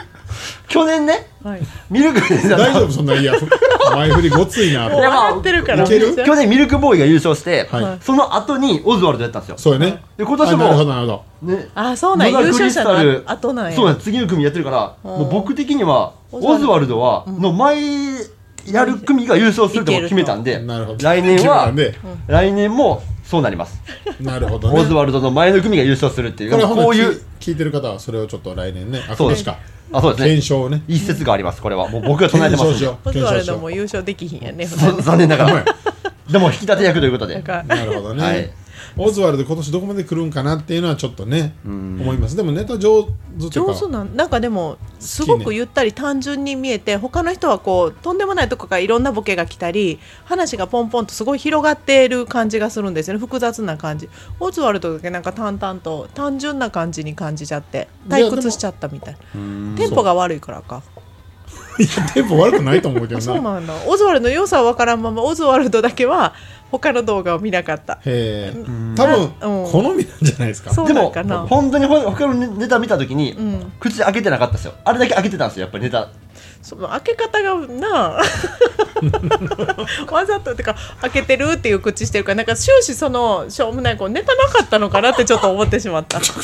[SPEAKER 4] 去年ね
[SPEAKER 3] はい、
[SPEAKER 4] ミルクで
[SPEAKER 2] 大丈夫そんな 嫌前振りごついな
[SPEAKER 3] もう
[SPEAKER 4] やまあ
[SPEAKER 3] 上がってるから
[SPEAKER 2] いける
[SPEAKER 3] めっちゃ
[SPEAKER 4] 去年ミルクボーイが優勝して、
[SPEAKER 2] はい
[SPEAKER 4] その後にオズワルドやったんですよ
[SPEAKER 2] そうやね
[SPEAKER 4] で今年
[SPEAKER 2] あなるほど
[SPEAKER 4] も
[SPEAKER 2] なるほど
[SPEAKER 4] ね
[SPEAKER 3] あそうなんや
[SPEAKER 4] 野田ク
[SPEAKER 3] 優勝
[SPEAKER 4] リス
[SPEAKER 3] 者
[SPEAKER 4] タル
[SPEAKER 3] の後なんや
[SPEAKER 4] そうなんです次の組やってるから、
[SPEAKER 3] うん
[SPEAKER 4] もう僕的にはオ
[SPEAKER 3] オ
[SPEAKER 4] ズ
[SPEAKER 3] ズ
[SPEAKER 4] ワ
[SPEAKER 3] ワ
[SPEAKER 4] ルドはの前やる組が優勝するとも決めたんで
[SPEAKER 2] なるほど
[SPEAKER 4] 来年は、
[SPEAKER 2] 決
[SPEAKER 4] 来年もそうなります、
[SPEAKER 2] なるほど
[SPEAKER 4] オズ
[SPEAKER 2] ね
[SPEAKER 4] ワルドの前の組が優勝するっていう
[SPEAKER 2] これは
[SPEAKER 4] こ
[SPEAKER 2] こ
[SPEAKER 4] う
[SPEAKER 2] う
[SPEAKER 4] い
[SPEAKER 2] いうう聞いてる方はそれをちょっと来年ねあ
[SPEAKER 4] そ
[SPEAKER 2] 今
[SPEAKER 4] うです
[SPEAKER 2] 年か
[SPEAKER 4] あそうですね
[SPEAKER 2] 検証をね
[SPEAKER 4] 一説がありますこれはもう僕が唱え
[SPEAKER 2] 検
[SPEAKER 4] てま
[SPEAKER 2] 証
[SPEAKER 4] すん
[SPEAKER 2] しよう
[SPEAKER 4] で
[SPEAKER 3] オズ
[SPEAKER 2] 検
[SPEAKER 3] ワ
[SPEAKER 2] 証
[SPEAKER 3] ル
[SPEAKER 2] し
[SPEAKER 3] ド
[SPEAKER 2] よ
[SPEAKER 3] も
[SPEAKER 2] う
[SPEAKER 3] 優勝できひんやね
[SPEAKER 4] ざ残念なが
[SPEAKER 2] ほんま
[SPEAKER 4] らでも引き立て役ということ
[SPEAKER 3] なん
[SPEAKER 4] で
[SPEAKER 3] か
[SPEAKER 2] やなるほどね、
[SPEAKER 4] はい
[SPEAKER 2] オズワルド今年どこまで来るんかなっていうのはちょっとね思いますでもネタ上手という
[SPEAKER 3] 上
[SPEAKER 2] か
[SPEAKER 3] 手なんなんかでもすごくゆったり単純に見えて他の人はこうとんでもないとこからいろんなボケが来たり話がポンポンとすごい広がっている感じがするんですよね複雑な感じオズワルドだけなんか淡々と単純な感じに感じちゃって退屈しちゃったみたいなテンポが悪いからか
[SPEAKER 2] いやテンポ悪くないと思うけど
[SPEAKER 3] そう
[SPEAKER 2] な
[SPEAKER 3] なんだオズワルドの良さは分からんままオズワルドだけは他の動画を見なかった
[SPEAKER 2] へえ多分
[SPEAKER 3] うん
[SPEAKER 2] 好みなんじゃないですか
[SPEAKER 3] そう
[SPEAKER 4] で
[SPEAKER 3] なん
[SPEAKER 4] も
[SPEAKER 3] かな
[SPEAKER 4] 本当にほ他のネタ見た時に、
[SPEAKER 3] ん
[SPEAKER 4] 口開けてなかったですよあれだけ開けてたんですよやっぱりネタ
[SPEAKER 3] その開け方がなあ わざとってか開けてるっていう口してるからなんか終始そのしょうもないこうネタなかったのかなってちょっと思ってしまっ たなんか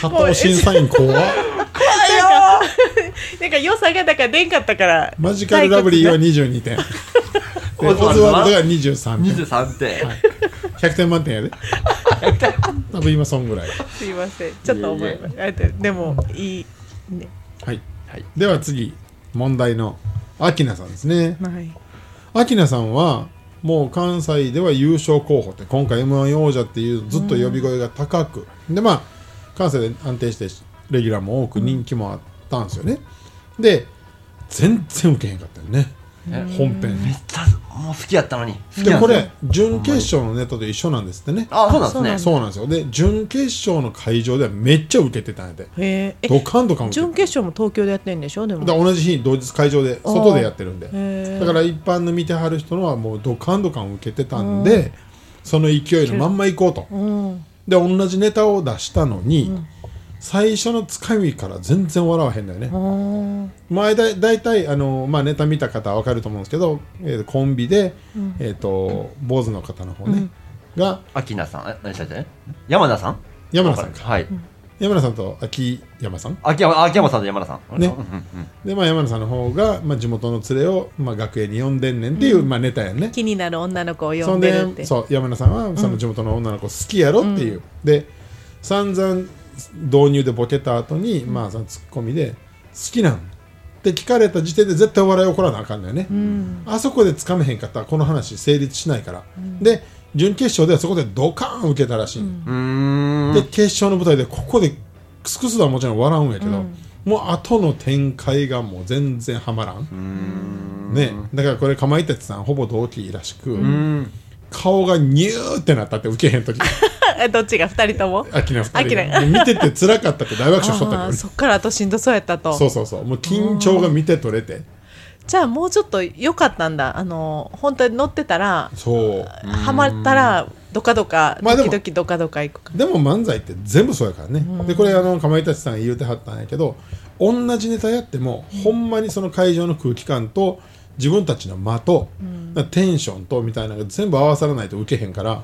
[SPEAKER 2] 加藤審査員 怖っ
[SPEAKER 3] なんか良さがだから出んかったから
[SPEAKER 2] マジカルラブリーは
[SPEAKER 3] 退屈
[SPEAKER 2] 22点でオ
[SPEAKER 4] オズ
[SPEAKER 2] ズ
[SPEAKER 4] ワ
[SPEAKER 2] ワ
[SPEAKER 4] ルドは
[SPEAKER 2] ルドが23点
[SPEAKER 4] 23点、
[SPEAKER 2] 100点満点やで多分今そんぐらい
[SPEAKER 3] すいませんちょっと思いましたあででもいいね
[SPEAKER 2] はい、
[SPEAKER 4] はい
[SPEAKER 2] では次問題のアキナさんですね
[SPEAKER 3] はい
[SPEAKER 2] アキナさんはもう関西では優勝候補って今回 m 1王者っていうずっと呼び声が高く、でまあ関西で安定してレギュラーも多く人気もあったんですよね、で全然受けへんかったよね本編
[SPEAKER 4] めっちゃもう好きやったのに好き
[SPEAKER 2] で
[SPEAKER 4] なん
[SPEAKER 2] こ
[SPEAKER 4] です
[SPEAKER 2] れ
[SPEAKER 4] よ
[SPEAKER 2] 準決勝のネタと一緒なんですってね
[SPEAKER 4] あそうなんですね
[SPEAKER 2] そうなんですよで準決勝の会場ではめっちゃ受けてたんやで
[SPEAKER 3] へえ
[SPEAKER 2] ド
[SPEAKER 3] え
[SPEAKER 2] カンドカン受けてた
[SPEAKER 3] 準決勝も東京でやってんでしょでも
[SPEAKER 2] だから同じ日に同日会場で
[SPEAKER 3] あー
[SPEAKER 2] 外でやってるんで
[SPEAKER 3] へ
[SPEAKER 2] だ
[SPEAKER 3] ー
[SPEAKER 2] から一般の見てはる人のはもうドカンドカン受けてたんでその勢いのまんま行こうと
[SPEAKER 3] うん
[SPEAKER 2] で同じネタを出したのに、最初のつかみから全然笑わへんだよね、
[SPEAKER 3] うん
[SPEAKER 2] 前だ大体あの、まあ、ネタ見た方は分かると思うんですけど、えーコンビで、えー、と坊主の方の方ね、が
[SPEAKER 4] アキナさんえ何でしたっけ山田さん
[SPEAKER 2] 山田さんか
[SPEAKER 4] はい
[SPEAKER 2] 山田さんと秋山さん
[SPEAKER 4] 秋山秋山さんと山田さん
[SPEAKER 2] ね
[SPEAKER 4] うんうん
[SPEAKER 2] で、まあ、山田さんの方が、まあ、地元の連れを、まあ、学園に呼んでんねんっていう、まあ、ネタやんね
[SPEAKER 3] 気になる女の子を
[SPEAKER 2] そ
[SPEAKER 3] 呼
[SPEAKER 2] ん
[SPEAKER 3] んでるっ
[SPEAKER 2] で
[SPEAKER 3] て
[SPEAKER 2] そう山名さんはその地元の女の子好きやろっていう、で散々導入でボケた後に、まあそのツッコミで「好きなん?」って聞かれた時点で絶対笑い起こらなあかんのよね、あそこでつかめへんかったらこの話成立しないから、で準決勝ではそこでドカーン受けたらしい、
[SPEAKER 4] うんうんうーん
[SPEAKER 2] で決勝の舞台でここでクスクスだもちろん笑うんやけど、もう後の展開がもう全然はまらん、ね、だからこれかまいたちさんほぼ同期らしく、
[SPEAKER 4] うん
[SPEAKER 2] 顔がニューってなったって受けへん 時
[SPEAKER 3] えどっちが二人とも
[SPEAKER 2] アキナ二人
[SPEAKER 3] アキナ
[SPEAKER 2] が見てて辛かったって大爆笑しとった
[SPEAKER 3] あ
[SPEAKER 2] け
[SPEAKER 3] ー
[SPEAKER 2] ど
[SPEAKER 3] そっからあとしんどそうやったと
[SPEAKER 2] そうそうそうもう緊張が見て取れて
[SPEAKER 3] じゃあもうちょっと良かったんだあの本当に乗ってたら
[SPEAKER 2] そう
[SPEAKER 3] ハマったらドカドカ
[SPEAKER 2] まあで
[SPEAKER 3] 時
[SPEAKER 2] も
[SPEAKER 3] 々ドカドカ行くか
[SPEAKER 2] でも漫才って全部そうやからね、でこれあのかまいたちさん言うてはったんやけど同じネタやっても、ほんまにその会場の空気感と自分たちの間と、だからテンションとみたいなのが全部合わさらないと受けへんから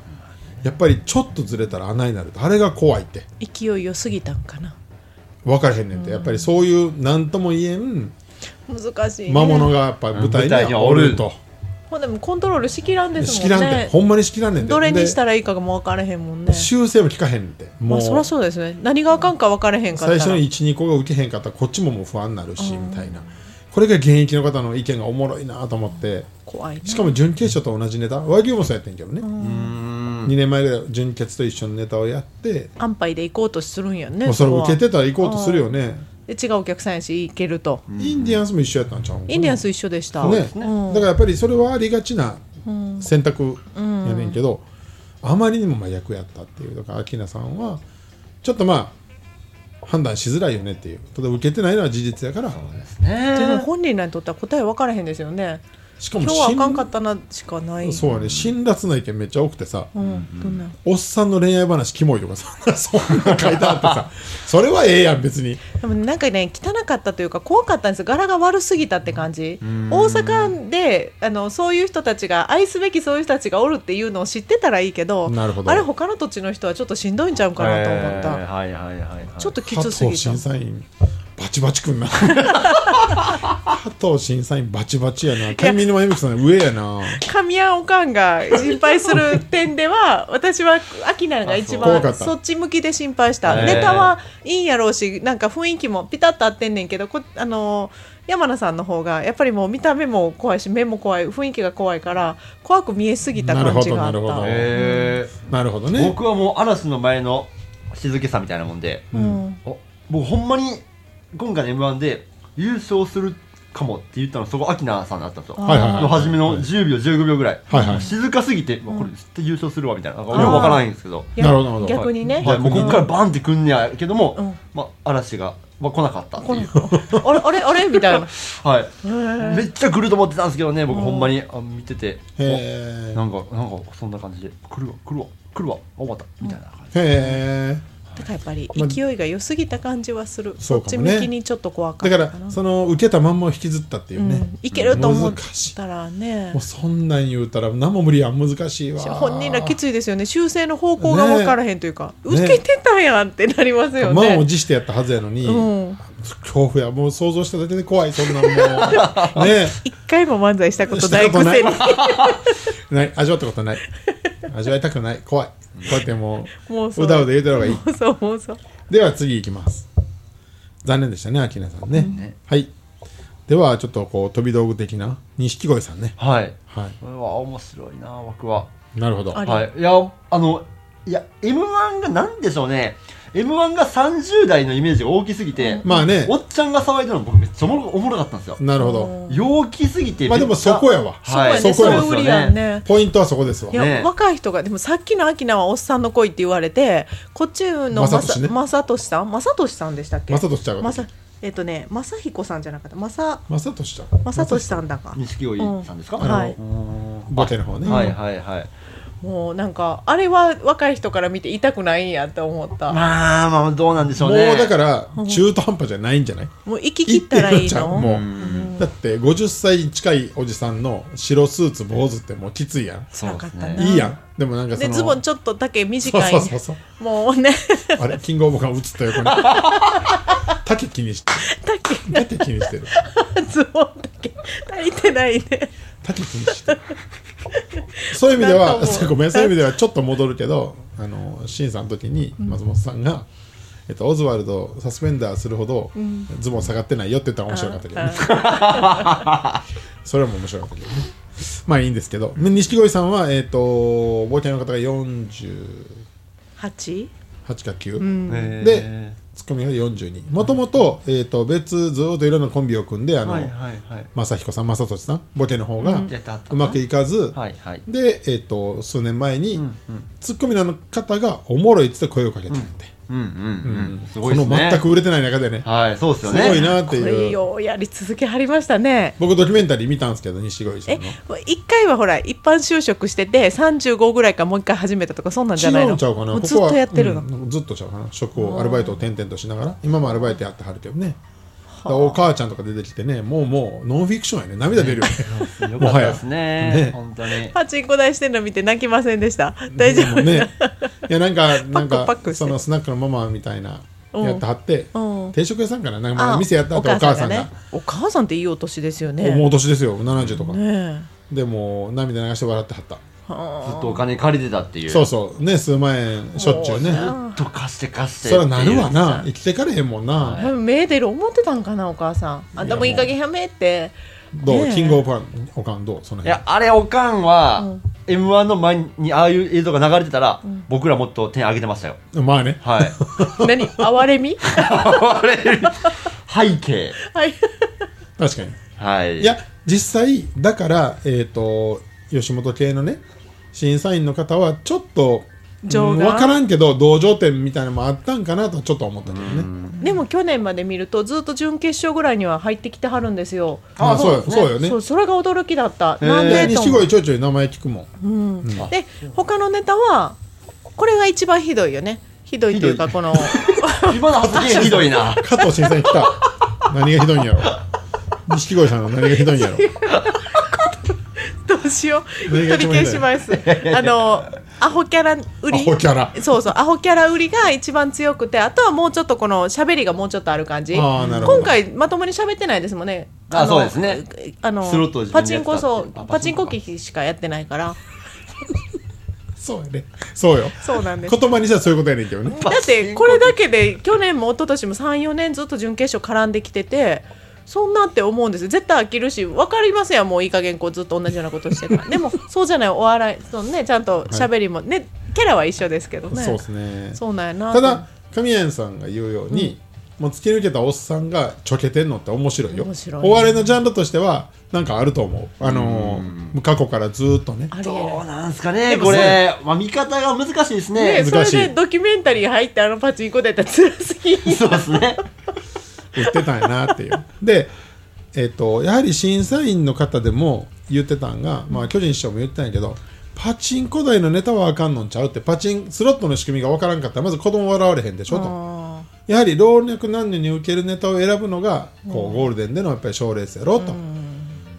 [SPEAKER 2] やっぱりちょっとずれたら穴になるとあれが怖いって
[SPEAKER 3] 勢いよすぎたんかな
[SPEAKER 2] 分からへんねんって、やっぱりそういう何とも言えん
[SPEAKER 3] 難しい、ね、
[SPEAKER 2] 魔物がやっぱ舞
[SPEAKER 4] うん舞
[SPEAKER 2] 台
[SPEAKER 4] 台
[SPEAKER 2] に
[SPEAKER 4] に
[SPEAKER 2] は
[SPEAKER 4] は
[SPEAKER 2] お
[SPEAKER 4] お
[SPEAKER 2] る
[SPEAKER 4] る
[SPEAKER 2] と、
[SPEAKER 3] ほんでもコントロールしきらんです
[SPEAKER 2] し
[SPEAKER 3] も
[SPEAKER 2] き
[SPEAKER 3] ん
[SPEAKER 2] らんて
[SPEAKER 3] ね
[SPEAKER 2] ほんまにしきらんねんて
[SPEAKER 3] どれにした
[SPEAKER 2] ら
[SPEAKER 3] らいいかがも分からへんもんね
[SPEAKER 2] 修正も聞かへんっても
[SPEAKER 3] ま
[SPEAKER 2] う
[SPEAKER 3] あそりゃそうですね何があかんか分からへんかった
[SPEAKER 2] 最
[SPEAKER 3] ら
[SPEAKER 2] 初の12個が受けへんかったらこっちももう不安になるしみたいなこれが現役の方の意見がおもろいなと思って
[SPEAKER 3] 怖いね
[SPEAKER 2] しかも準決勝と同じネタ和牛もそうやってんけどね2年前ぐらい準決と一緒のネタをやって
[SPEAKER 3] 安牌で行こうとするんやね
[SPEAKER 2] もうそれ
[SPEAKER 3] こは
[SPEAKER 2] 受けてたら行こうとするよね
[SPEAKER 3] で違うお客さんやし行けると
[SPEAKER 2] インディアンスも一緒やったんちゃうん
[SPEAKER 3] インディアンス一緒でした、
[SPEAKER 2] ねだからやっぱりそれはありがちな選択やねんけど、あまりにも真逆やったっていうだからアキナさんはちょっとまあ判断しづらいよねっていうただ受けてないのは事実やから
[SPEAKER 4] ね
[SPEAKER 3] でも本人らにとっては答え分からへんですよね
[SPEAKER 2] しか
[SPEAKER 3] 今
[SPEAKER 2] も
[SPEAKER 3] 日はあかんか
[SPEAKER 2] 辛
[SPEAKER 3] ったなしかない
[SPEAKER 2] そうやね辛辣な意見めっちゃ多くてさ、
[SPEAKER 3] うんどんな
[SPEAKER 2] おっさんの恋愛話キモいとかさ そんな書いてあってさそれはええやん別に
[SPEAKER 3] でもなんかね汚かったというか怖かったんですよ柄が悪すぎたって感じ大阪であのそういう人たちが愛すべきそういう人たちがおるっていうのを知ってたらいいけど
[SPEAKER 2] なるほど
[SPEAKER 3] あれ他の土地の人はちょっとしんどいんちゃうかなと思った、
[SPEAKER 4] えーはいはいはいはい
[SPEAKER 3] ちょっとき
[SPEAKER 2] 加
[SPEAKER 3] つすぎ
[SPEAKER 2] 藤
[SPEAKER 3] た
[SPEAKER 2] 審査員バチバチくんな加藤審査員バチバチやな県民の真由美さん上やな
[SPEAKER 3] 神谷おかんが心配する点では私はアキナが
[SPEAKER 2] あ
[SPEAKER 3] 一
[SPEAKER 2] そう怖か
[SPEAKER 3] 番
[SPEAKER 2] った
[SPEAKER 3] そっち向きで心配した、
[SPEAKER 4] ええ
[SPEAKER 3] ネタはいいんやろうしなんか雰囲気もピタッと合ってんねんけどこあのー山名さんの方がやっぱりもう見た目も怖いし目も怖い雰囲気が怖いから怖く見えすぎた感じがあ
[SPEAKER 2] な
[SPEAKER 3] っ
[SPEAKER 2] るほどな
[SPEAKER 3] た、
[SPEAKER 2] る
[SPEAKER 4] え
[SPEAKER 2] なるほど
[SPEAKER 4] ー
[SPEAKER 2] ね
[SPEAKER 4] 僕はもう嵐の前の静けさみたいなもんで
[SPEAKER 3] うん、
[SPEAKER 4] お僕ほんまに今回の m 1で優勝するかもって言ったのそこアキナさんだったんですよ
[SPEAKER 2] はいはいはい
[SPEAKER 4] の初めの10秒15秒ぐらい、
[SPEAKER 2] はいはい
[SPEAKER 4] 静かすぎて、まあこれ絶対優勝するわみたいななんかよくわからないんですけど
[SPEAKER 3] いや
[SPEAKER 2] なるほどなるほど
[SPEAKER 3] 逆にね、
[SPEAKER 4] はいもうここからバンってくんねやけども、
[SPEAKER 3] うん
[SPEAKER 4] まあ、嵐が、まあ、来なかったって
[SPEAKER 3] こ
[SPEAKER 4] い
[SPEAKER 3] の
[SPEAKER 4] う、
[SPEAKER 3] あれあれあれみた いな、
[SPEAKER 4] はい、めっちゃ来ると思ってたんですけどね僕ほんまにあ見てて
[SPEAKER 2] へ
[SPEAKER 4] なんかなんかそんな感じで来るわ来るわ来るわあ終わったみたいな感じ
[SPEAKER 2] えへえ
[SPEAKER 3] だからやっぱり
[SPEAKER 2] まあ
[SPEAKER 3] 勢いが良すぎた感じはする、
[SPEAKER 2] そ
[SPEAKER 3] そうっ
[SPEAKER 2] か
[SPEAKER 3] ち
[SPEAKER 2] もね
[SPEAKER 3] 向きにちょっと怖か
[SPEAKER 2] だ
[SPEAKER 3] っ
[SPEAKER 2] か
[SPEAKER 3] た
[SPEAKER 2] ら
[SPEAKER 3] な
[SPEAKER 2] その受けたまんまを引きずったっていうね、
[SPEAKER 3] うん、いけると思っ
[SPEAKER 2] 難しい
[SPEAKER 3] たらね
[SPEAKER 2] もうそんなん言うたら何も無理やん難しいわ
[SPEAKER 3] 本人らきついですよね修正の方向が分からへんというか、
[SPEAKER 2] ね
[SPEAKER 3] 受けてたやんってなりますよ
[SPEAKER 2] 満を
[SPEAKER 3] ね。
[SPEAKER 2] 持してやったはずやのに、
[SPEAKER 3] うん
[SPEAKER 2] 恐怖やもう想像しただけで怖いそんなんもうね
[SPEAKER 3] 一回も漫才したことないく
[SPEAKER 2] な
[SPEAKER 3] せ
[SPEAKER 2] い
[SPEAKER 3] に
[SPEAKER 2] ない味わったことない味わいたくない怖いこうやっても
[SPEAKER 3] も
[SPEAKER 2] ううだうだ言うてる方がいい
[SPEAKER 3] 妄想妄想
[SPEAKER 2] では次いきます残念でしたねアキナさんね、はいではちょっとこう飛び道具的な錦鯉さんね
[SPEAKER 4] はい
[SPEAKER 2] は
[SPEAKER 4] これは面白いな僕はい
[SPEAKER 2] なるほど
[SPEAKER 3] あり
[SPEAKER 4] はいいやあのいや m 1がなんでしょうね m 1が30代のイメージが大きすぎて、
[SPEAKER 2] まあね
[SPEAKER 4] おっちゃんが騒いでるの僕めっちゃおもろおもろかったんですよ
[SPEAKER 2] なるほど
[SPEAKER 4] 陽気すぎて
[SPEAKER 2] まあでもそこやわ
[SPEAKER 4] はい
[SPEAKER 3] そう
[SPEAKER 2] そ
[SPEAKER 3] やねそ
[SPEAKER 2] こ
[SPEAKER 3] れ
[SPEAKER 2] や
[SPEAKER 3] 売りやんね。
[SPEAKER 2] ポイントはそこですわ
[SPEAKER 3] いや、
[SPEAKER 4] ね
[SPEAKER 3] 若い人がでもさっきのアキナはおっさんの恋って言われてこっちのま
[SPEAKER 2] 正
[SPEAKER 3] さ
[SPEAKER 2] 俊ね
[SPEAKER 3] まさとしさんまさとしさんでしたっけ
[SPEAKER 2] 正俊ちゃうわ
[SPEAKER 3] まさえっとねまさひこさんじゃなかったまさ
[SPEAKER 2] まさとしちゃん
[SPEAKER 3] まさとしさんだか
[SPEAKER 4] 錦
[SPEAKER 3] う
[SPEAKER 4] 鯉
[SPEAKER 3] ん
[SPEAKER 4] さんですか、
[SPEAKER 3] は
[SPEAKER 2] あ
[SPEAKER 3] い
[SPEAKER 2] ボケの方ね、
[SPEAKER 4] はいはいはい
[SPEAKER 3] もうなんかあれは若い人から見て痛くないんやって思った
[SPEAKER 4] まあまあどうなんでしょ
[SPEAKER 2] も
[SPEAKER 4] う
[SPEAKER 2] う
[SPEAKER 4] ね
[SPEAKER 2] だから中途半端じゃないんじゃない
[SPEAKER 3] もう息切ったらいい
[SPEAKER 2] ちゃう
[SPEAKER 3] の
[SPEAKER 2] もうだって50歳近いおじさんの白スーツ坊主ってもうきついやん
[SPEAKER 4] そうですね
[SPEAKER 3] うん
[SPEAKER 2] いいやんでもなんかそ
[SPEAKER 3] で
[SPEAKER 2] の
[SPEAKER 3] ズボンちょっとだけ短いね
[SPEAKER 2] そうそうそう
[SPEAKER 3] もうね
[SPEAKER 2] あ れキングオブコン映った横に竹気にして
[SPEAKER 3] だけ
[SPEAKER 2] る竹気にしてる
[SPEAKER 3] ズボンだけ足りてないね
[SPEAKER 2] 竹気にしてるそういう意味で
[SPEAKER 3] なん
[SPEAKER 2] は
[SPEAKER 3] かもう
[SPEAKER 2] ごめんそういう意味ではちょっと戻るけどあのシンさんの時に松本さんが、えっと、オズワルドサスペンダーするほどズボン下がってないよって言ったら面白かったけどね、それも面白かったけどねまあいいんですけどね錦鯉さんはえっ、と冒険の方が48
[SPEAKER 3] 8?
[SPEAKER 2] か9、
[SPEAKER 4] えー
[SPEAKER 2] でツッコミが42もともと,、えー、と別ずっといろんなコンビを組んであの、
[SPEAKER 4] はいはいはい
[SPEAKER 2] 正彦さん正俊さんボケの方が
[SPEAKER 4] やったあった
[SPEAKER 2] うまくいかず、
[SPEAKER 4] はいはい
[SPEAKER 2] で、えー、と数年前に、ツッコミの方がおもろいっつって声をかけてるんで、
[SPEAKER 4] うんうんうんすご
[SPEAKER 2] こ
[SPEAKER 4] いで
[SPEAKER 2] の
[SPEAKER 4] すね
[SPEAKER 2] 全く売れてない中でね
[SPEAKER 4] はいそうです
[SPEAKER 2] す
[SPEAKER 4] よね
[SPEAKER 2] ごいなっ
[SPEAKER 3] こ
[SPEAKER 2] ていう
[SPEAKER 3] れようやり続けはりましたね
[SPEAKER 2] 僕ドキュメンタリー見たんですけど錦鯉さ
[SPEAKER 3] え
[SPEAKER 2] んの。
[SPEAKER 3] 一回はほら一般就職してて35ぐらいからもう一回始めたとかそんなんじゃない
[SPEAKER 2] 違う
[SPEAKER 3] の
[SPEAKER 2] んちゃうかな
[SPEAKER 3] も
[SPEAKER 2] こ
[SPEAKER 3] う
[SPEAKER 2] こ
[SPEAKER 3] ずっ
[SPEAKER 2] は
[SPEAKER 3] とやってるの、
[SPEAKER 2] うんずっとちゃうかな職をアルバイトを転々としながら今もアルバイトやってはるけどねだからお母ちゃんとか出てきてねもうもうノンフィクションやね涙出るよねも
[SPEAKER 4] よかった
[SPEAKER 2] はや
[SPEAKER 4] ですね
[SPEAKER 2] ね
[SPEAKER 4] 本当に
[SPEAKER 3] パチンコ台してんの見て泣きませんでした 大丈
[SPEAKER 2] でも
[SPEAKER 3] 夫、
[SPEAKER 2] ねいやなんかなん
[SPEAKER 3] パクパ
[SPEAKER 2] か
[SPEAKER 3] クして
[SPEAKER 2] そのスナックのママみたいなやってはって
[SPEAKER 3] うん
[SPEAKER 2] 定食屋さんかななんかま
[SPEAKER 3] あ
[SPEAKER 2] あ店やった後お母さんが
[SPEAKER 3] ねお母さんっていいお年ですよね
[SPEAKER 2] 思う年ですよ70とか
[SPEAKER 3] ね
[SPEAKER 2] でもう涙流して笑ってはった
[SPEAKER 4] ずっとお金借りてたっていう
[SPEAKER 2] そうそうね数万円しょっちゅうね
[SPEAKER 4] ずっと貸して貸して
[SPEAKER 2] そらなるわな
[SPEAKER 4] っ
[SPEAKER 2] 生
[SPEAKER 4] ていう
[SPEAKER 2] きてかれへんもんな
[SPEAKER 3] え目出る思ってたんかなお母さんあんたもいい加減やめって
[SPEAKER 2] どう
[SPEAKER 3] ねえ
[SPEAKER 2] キングオブパンおかんどうその
[SPEAKER 4] い
[SPEAKER 2] 辺
[SPEAKER 4] やあれおかんは m 1の前にああいう映像が流れてたら僕らもっと手挙げてましたよ
[SPEAKER 2] まあね
[SPEAKER 4] はい
[SPEAKER 3] 何哀れみ
[SPEAKER 4] あれ背景
[SPEAKER 3] はい
[SPEAKER 2] 確かに
[SPEAKER 4] はい
[SPEAKER 2] いや実際だからえっ、と吉本系のね審査員の方はちょっと
[SPEAKER 3] 情が
[SPEAKER 2] 分からんけど同情点みたいなのもあったんかなとはちょっと思ったけどね
[SPEAKER 3] でも去年まで見るとずっと準決勝ぐらいには入ってきてはるんですよ、
[SPEAKER 2] あそうよそうよね
[SPEAKER 3] そうそれが驚きだった、
[SPEAKER 4] へー
[SPEAKER 3] なんでと
[SPEAKER 2] 錦
[SPEAKER 3] 思う
[SPEAKER 2] 鯉ちょいちょい名前聞くもん
[SPEAKER 3] うん、で他のネタはこれが一番ひどいよねひどいというか
[SPEAKER 4] ひ
[SPEAKER 3] この
[SPEAKER 4] 今の発言ひどいな
[SPEAKER 2] 加藤新さん来 た何がひどいんやろ錦鯉さんの何がひどいんやろ
[SPEAKER 3] どうしよう
[SPEAKER 2] 何
[SPEAKER 3] 一
[SPEAKER 2] が
[SPEAKER 3] 人
[SPEAKER 2] 一番
[SPEAKER 3] 消
[SPEAKER 2] ひどい
[SPEAKER 3] しますあのアホキャラ 売
[SPEAKER 2] ア
[SPEAKER 3] り
[SPEAKER 2] ホキャラ
[SPEAKER 3] そうそうアホキャラ売りが一番強くてあとはもうちょっとこの喋りがもうちょっとある感じ
[SPEAKER 2] あーなるほど
[SPEAKER 3] 今回まともに喋ってないですもんね
[SPEAKER 4] あ
[SPEAKER 3] の
[SPEAKER 4] そうですね
[SPEAKER 3] あの
[SPEAKER 4] スロットを自
[SPEAKER 3] パ
[SPEAKER 4] 分で
[SPEAKER 3] チ
[SPEAKER 4] やっ
[SPEAKER 3] ン
[SPEAKER 4] てたっ
[SPEAKER 3] コ
[SPEAKER 4] て
[SPEAKER 3] そう
[SPEAKER 4] あ
[SPEAKER 3] パ
[SPEAKER 4] パ
[SPEAKER 3] チ
[SPEAKER 4] チ
[SPEAKER 3] ン
[SPEAKER 4] ン
[SPEAKER 3] コ
[SPEAKER 4] コか
[SPEAKER 3] 機しかやってないから
[SPEAKER 2] そうやねそうよ
[SPEAKER 3] そうなんです
[SPEAKER 2] 言葉にしたらそういうことやねんけどね
[SPEAKER 3] だってこれだけで去年も一昨年も34年ずっと準決勝絡んできててそんなって思うんですよ絶対飽きるし分かりますやんもういい加減こうずっと同じようなことしてたらでもそうじゃないお笑いそうねちゃんと喋りも、ねキャラは一緒ですけどね
[SPEAKER 2] そうですね
[SPEAKER 3] そうなんやな
[SPEAKER 2] ただ神谷さんが言うように、もう突き抜けたおっさんがちょけてんのって面白いよ
[SPEAKER 3] 面白い
[SPEAKER 2] お笑いのジャンルとしてはなんかあると思うあのー過去からずーっとね
[SPEAKER 3] ありえ
[SPEAKER 4] ど
[SPEAKER 3] な
[SPEAKER 4] う
[SPEAKER 3] い
[SPEAKER 4] なんすか
[SPEAKER 2] で
[SPEAKER 4] ね
[SPEAKER 2] もそ
[SPEAKER 4] こ
[SPEAKER 2] れ
[SPEAKER 4] れ、まあ、見方が難しいですね
[SPEAKER 3] ね、それ
[SPEAKER 2] 難しい
[SPEAKER 3] でドキュメンタリー入ってあのパチンコでやったら辛すぎ
[SPEAKER 4] そうですね
[SPEAKER 2] 言ってたんやなって いうでえっ、とやはり審査員の方でも言ってたんが、まあ、巨人師匠も言ってたんやけどパチンコ台のネタはあかんのんちゃうってパチンスロットの仕組みがわからんかったらまず子供笑われへんでしょと
[SPEAKER 3] あ
[SPEAKER 2] やはり老若男女に受けるネタを選ぶのがこうゴールデンでのやっぱり賞レースやろと、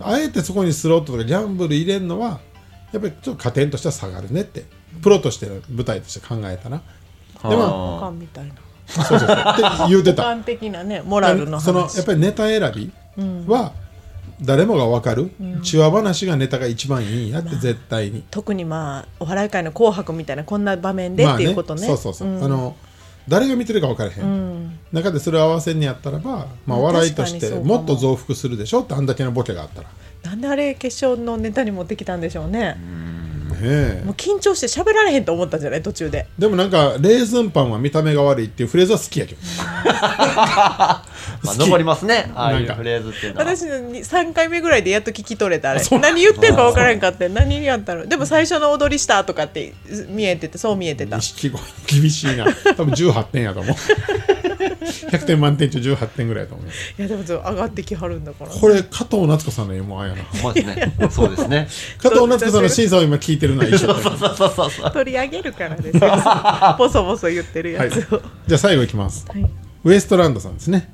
[SPEAKER 2] あえてそこにスロットとかギャンブル入れるのはやっぱりちょっと加点としては下がるねってプロとしての舞台として考えたら で
[SPEAKER 4] あ
[SPEAKER 2] も
[SPEAKER 3] ーあか
[SPEAKER 4] ー
[SPEAKER 3] んみたいな
[SPEAKER 2] そうそうそうって言うて
[SPEAKER 3] 一
[SPEAKER 2] た
[SPEAKER 3] 般的なね モラルの話
[SPEAKER 2] そのやっぱりネタ選びは誰もが分かる、チワ話がネタが一番いいんやって絶対に、
[SPEAKER 3] 特にまあお笑い界の「紅白」みたいなこんな場面でっていうことね,、
[SPEAKER 2] そうそうそう、
[SPEAKER 3] ん
[SPEAKER 2] あの誰が見てるか分からへん、
[SPEAKER 3] うん
[SPEAKER 2] 中でそれを合わせんにやったらば、まあ、
[SPEAKER 3] うん
[SPEAKER 2] 笑いとし
[SPEAKER 3] 確
[SPEAKER 2] て
[SPEAKER 3] かにそうかも
[SPEAKER 2] もっと増幅するでしょってあんだけのボケがあったらね
[SPEAKER 3] なんであれ決勝のネタに持ってきたんでしょうね、
[SPEAKER 2] え
[SPEAKER 3] もう緊張して喋られへんと思ったんじゃない途中で
[SPEAKER 2] でもなんかレーズンパンは見た目が悪いっていうフレーズは好きやけど
[SPEAKER 4] まあ、残りますねああい
[SPEAKER 2] なん
[SPEAKER 4] う
[SPEAKER 2] か
[SPEAKER 4] フレーズっていうのは
[SPEAKER 3] 私3回目ぐらいでやっと聞き取れたあれ何言ってんか分からんかって何やったのでも最初の踊りしたとかって見えててそう見えてた
[SPEAKER 2] 錦鯉厳しいな多分18点やと思 う100点満点中18点ぐらいやと思う
[SPEAKER 3] いやでもちょっと上がってきはるんだから
[SPEAKER 2] これ加藤夏子さんの M−1 やな
[SPEAKER 4] ほんまですねそうですね
[SPEAKER 2] 加藤夏子さんの審査を今聞いてるのは一緒だよね
[SPEAKER 4] そうそうそうそう
[SPEAKER 3] 取り上げるからです よボソボソ言ってる
[SPEAKER 2] は
[SPEAKER 3] や
[SPEAKER 2] い、
[SPEAKER 3] つを、
[SPEAKER 2] じゃあ最後いきます
[SPEAKER 3] はい
[SPEAKER 2] ウエストランドさんですね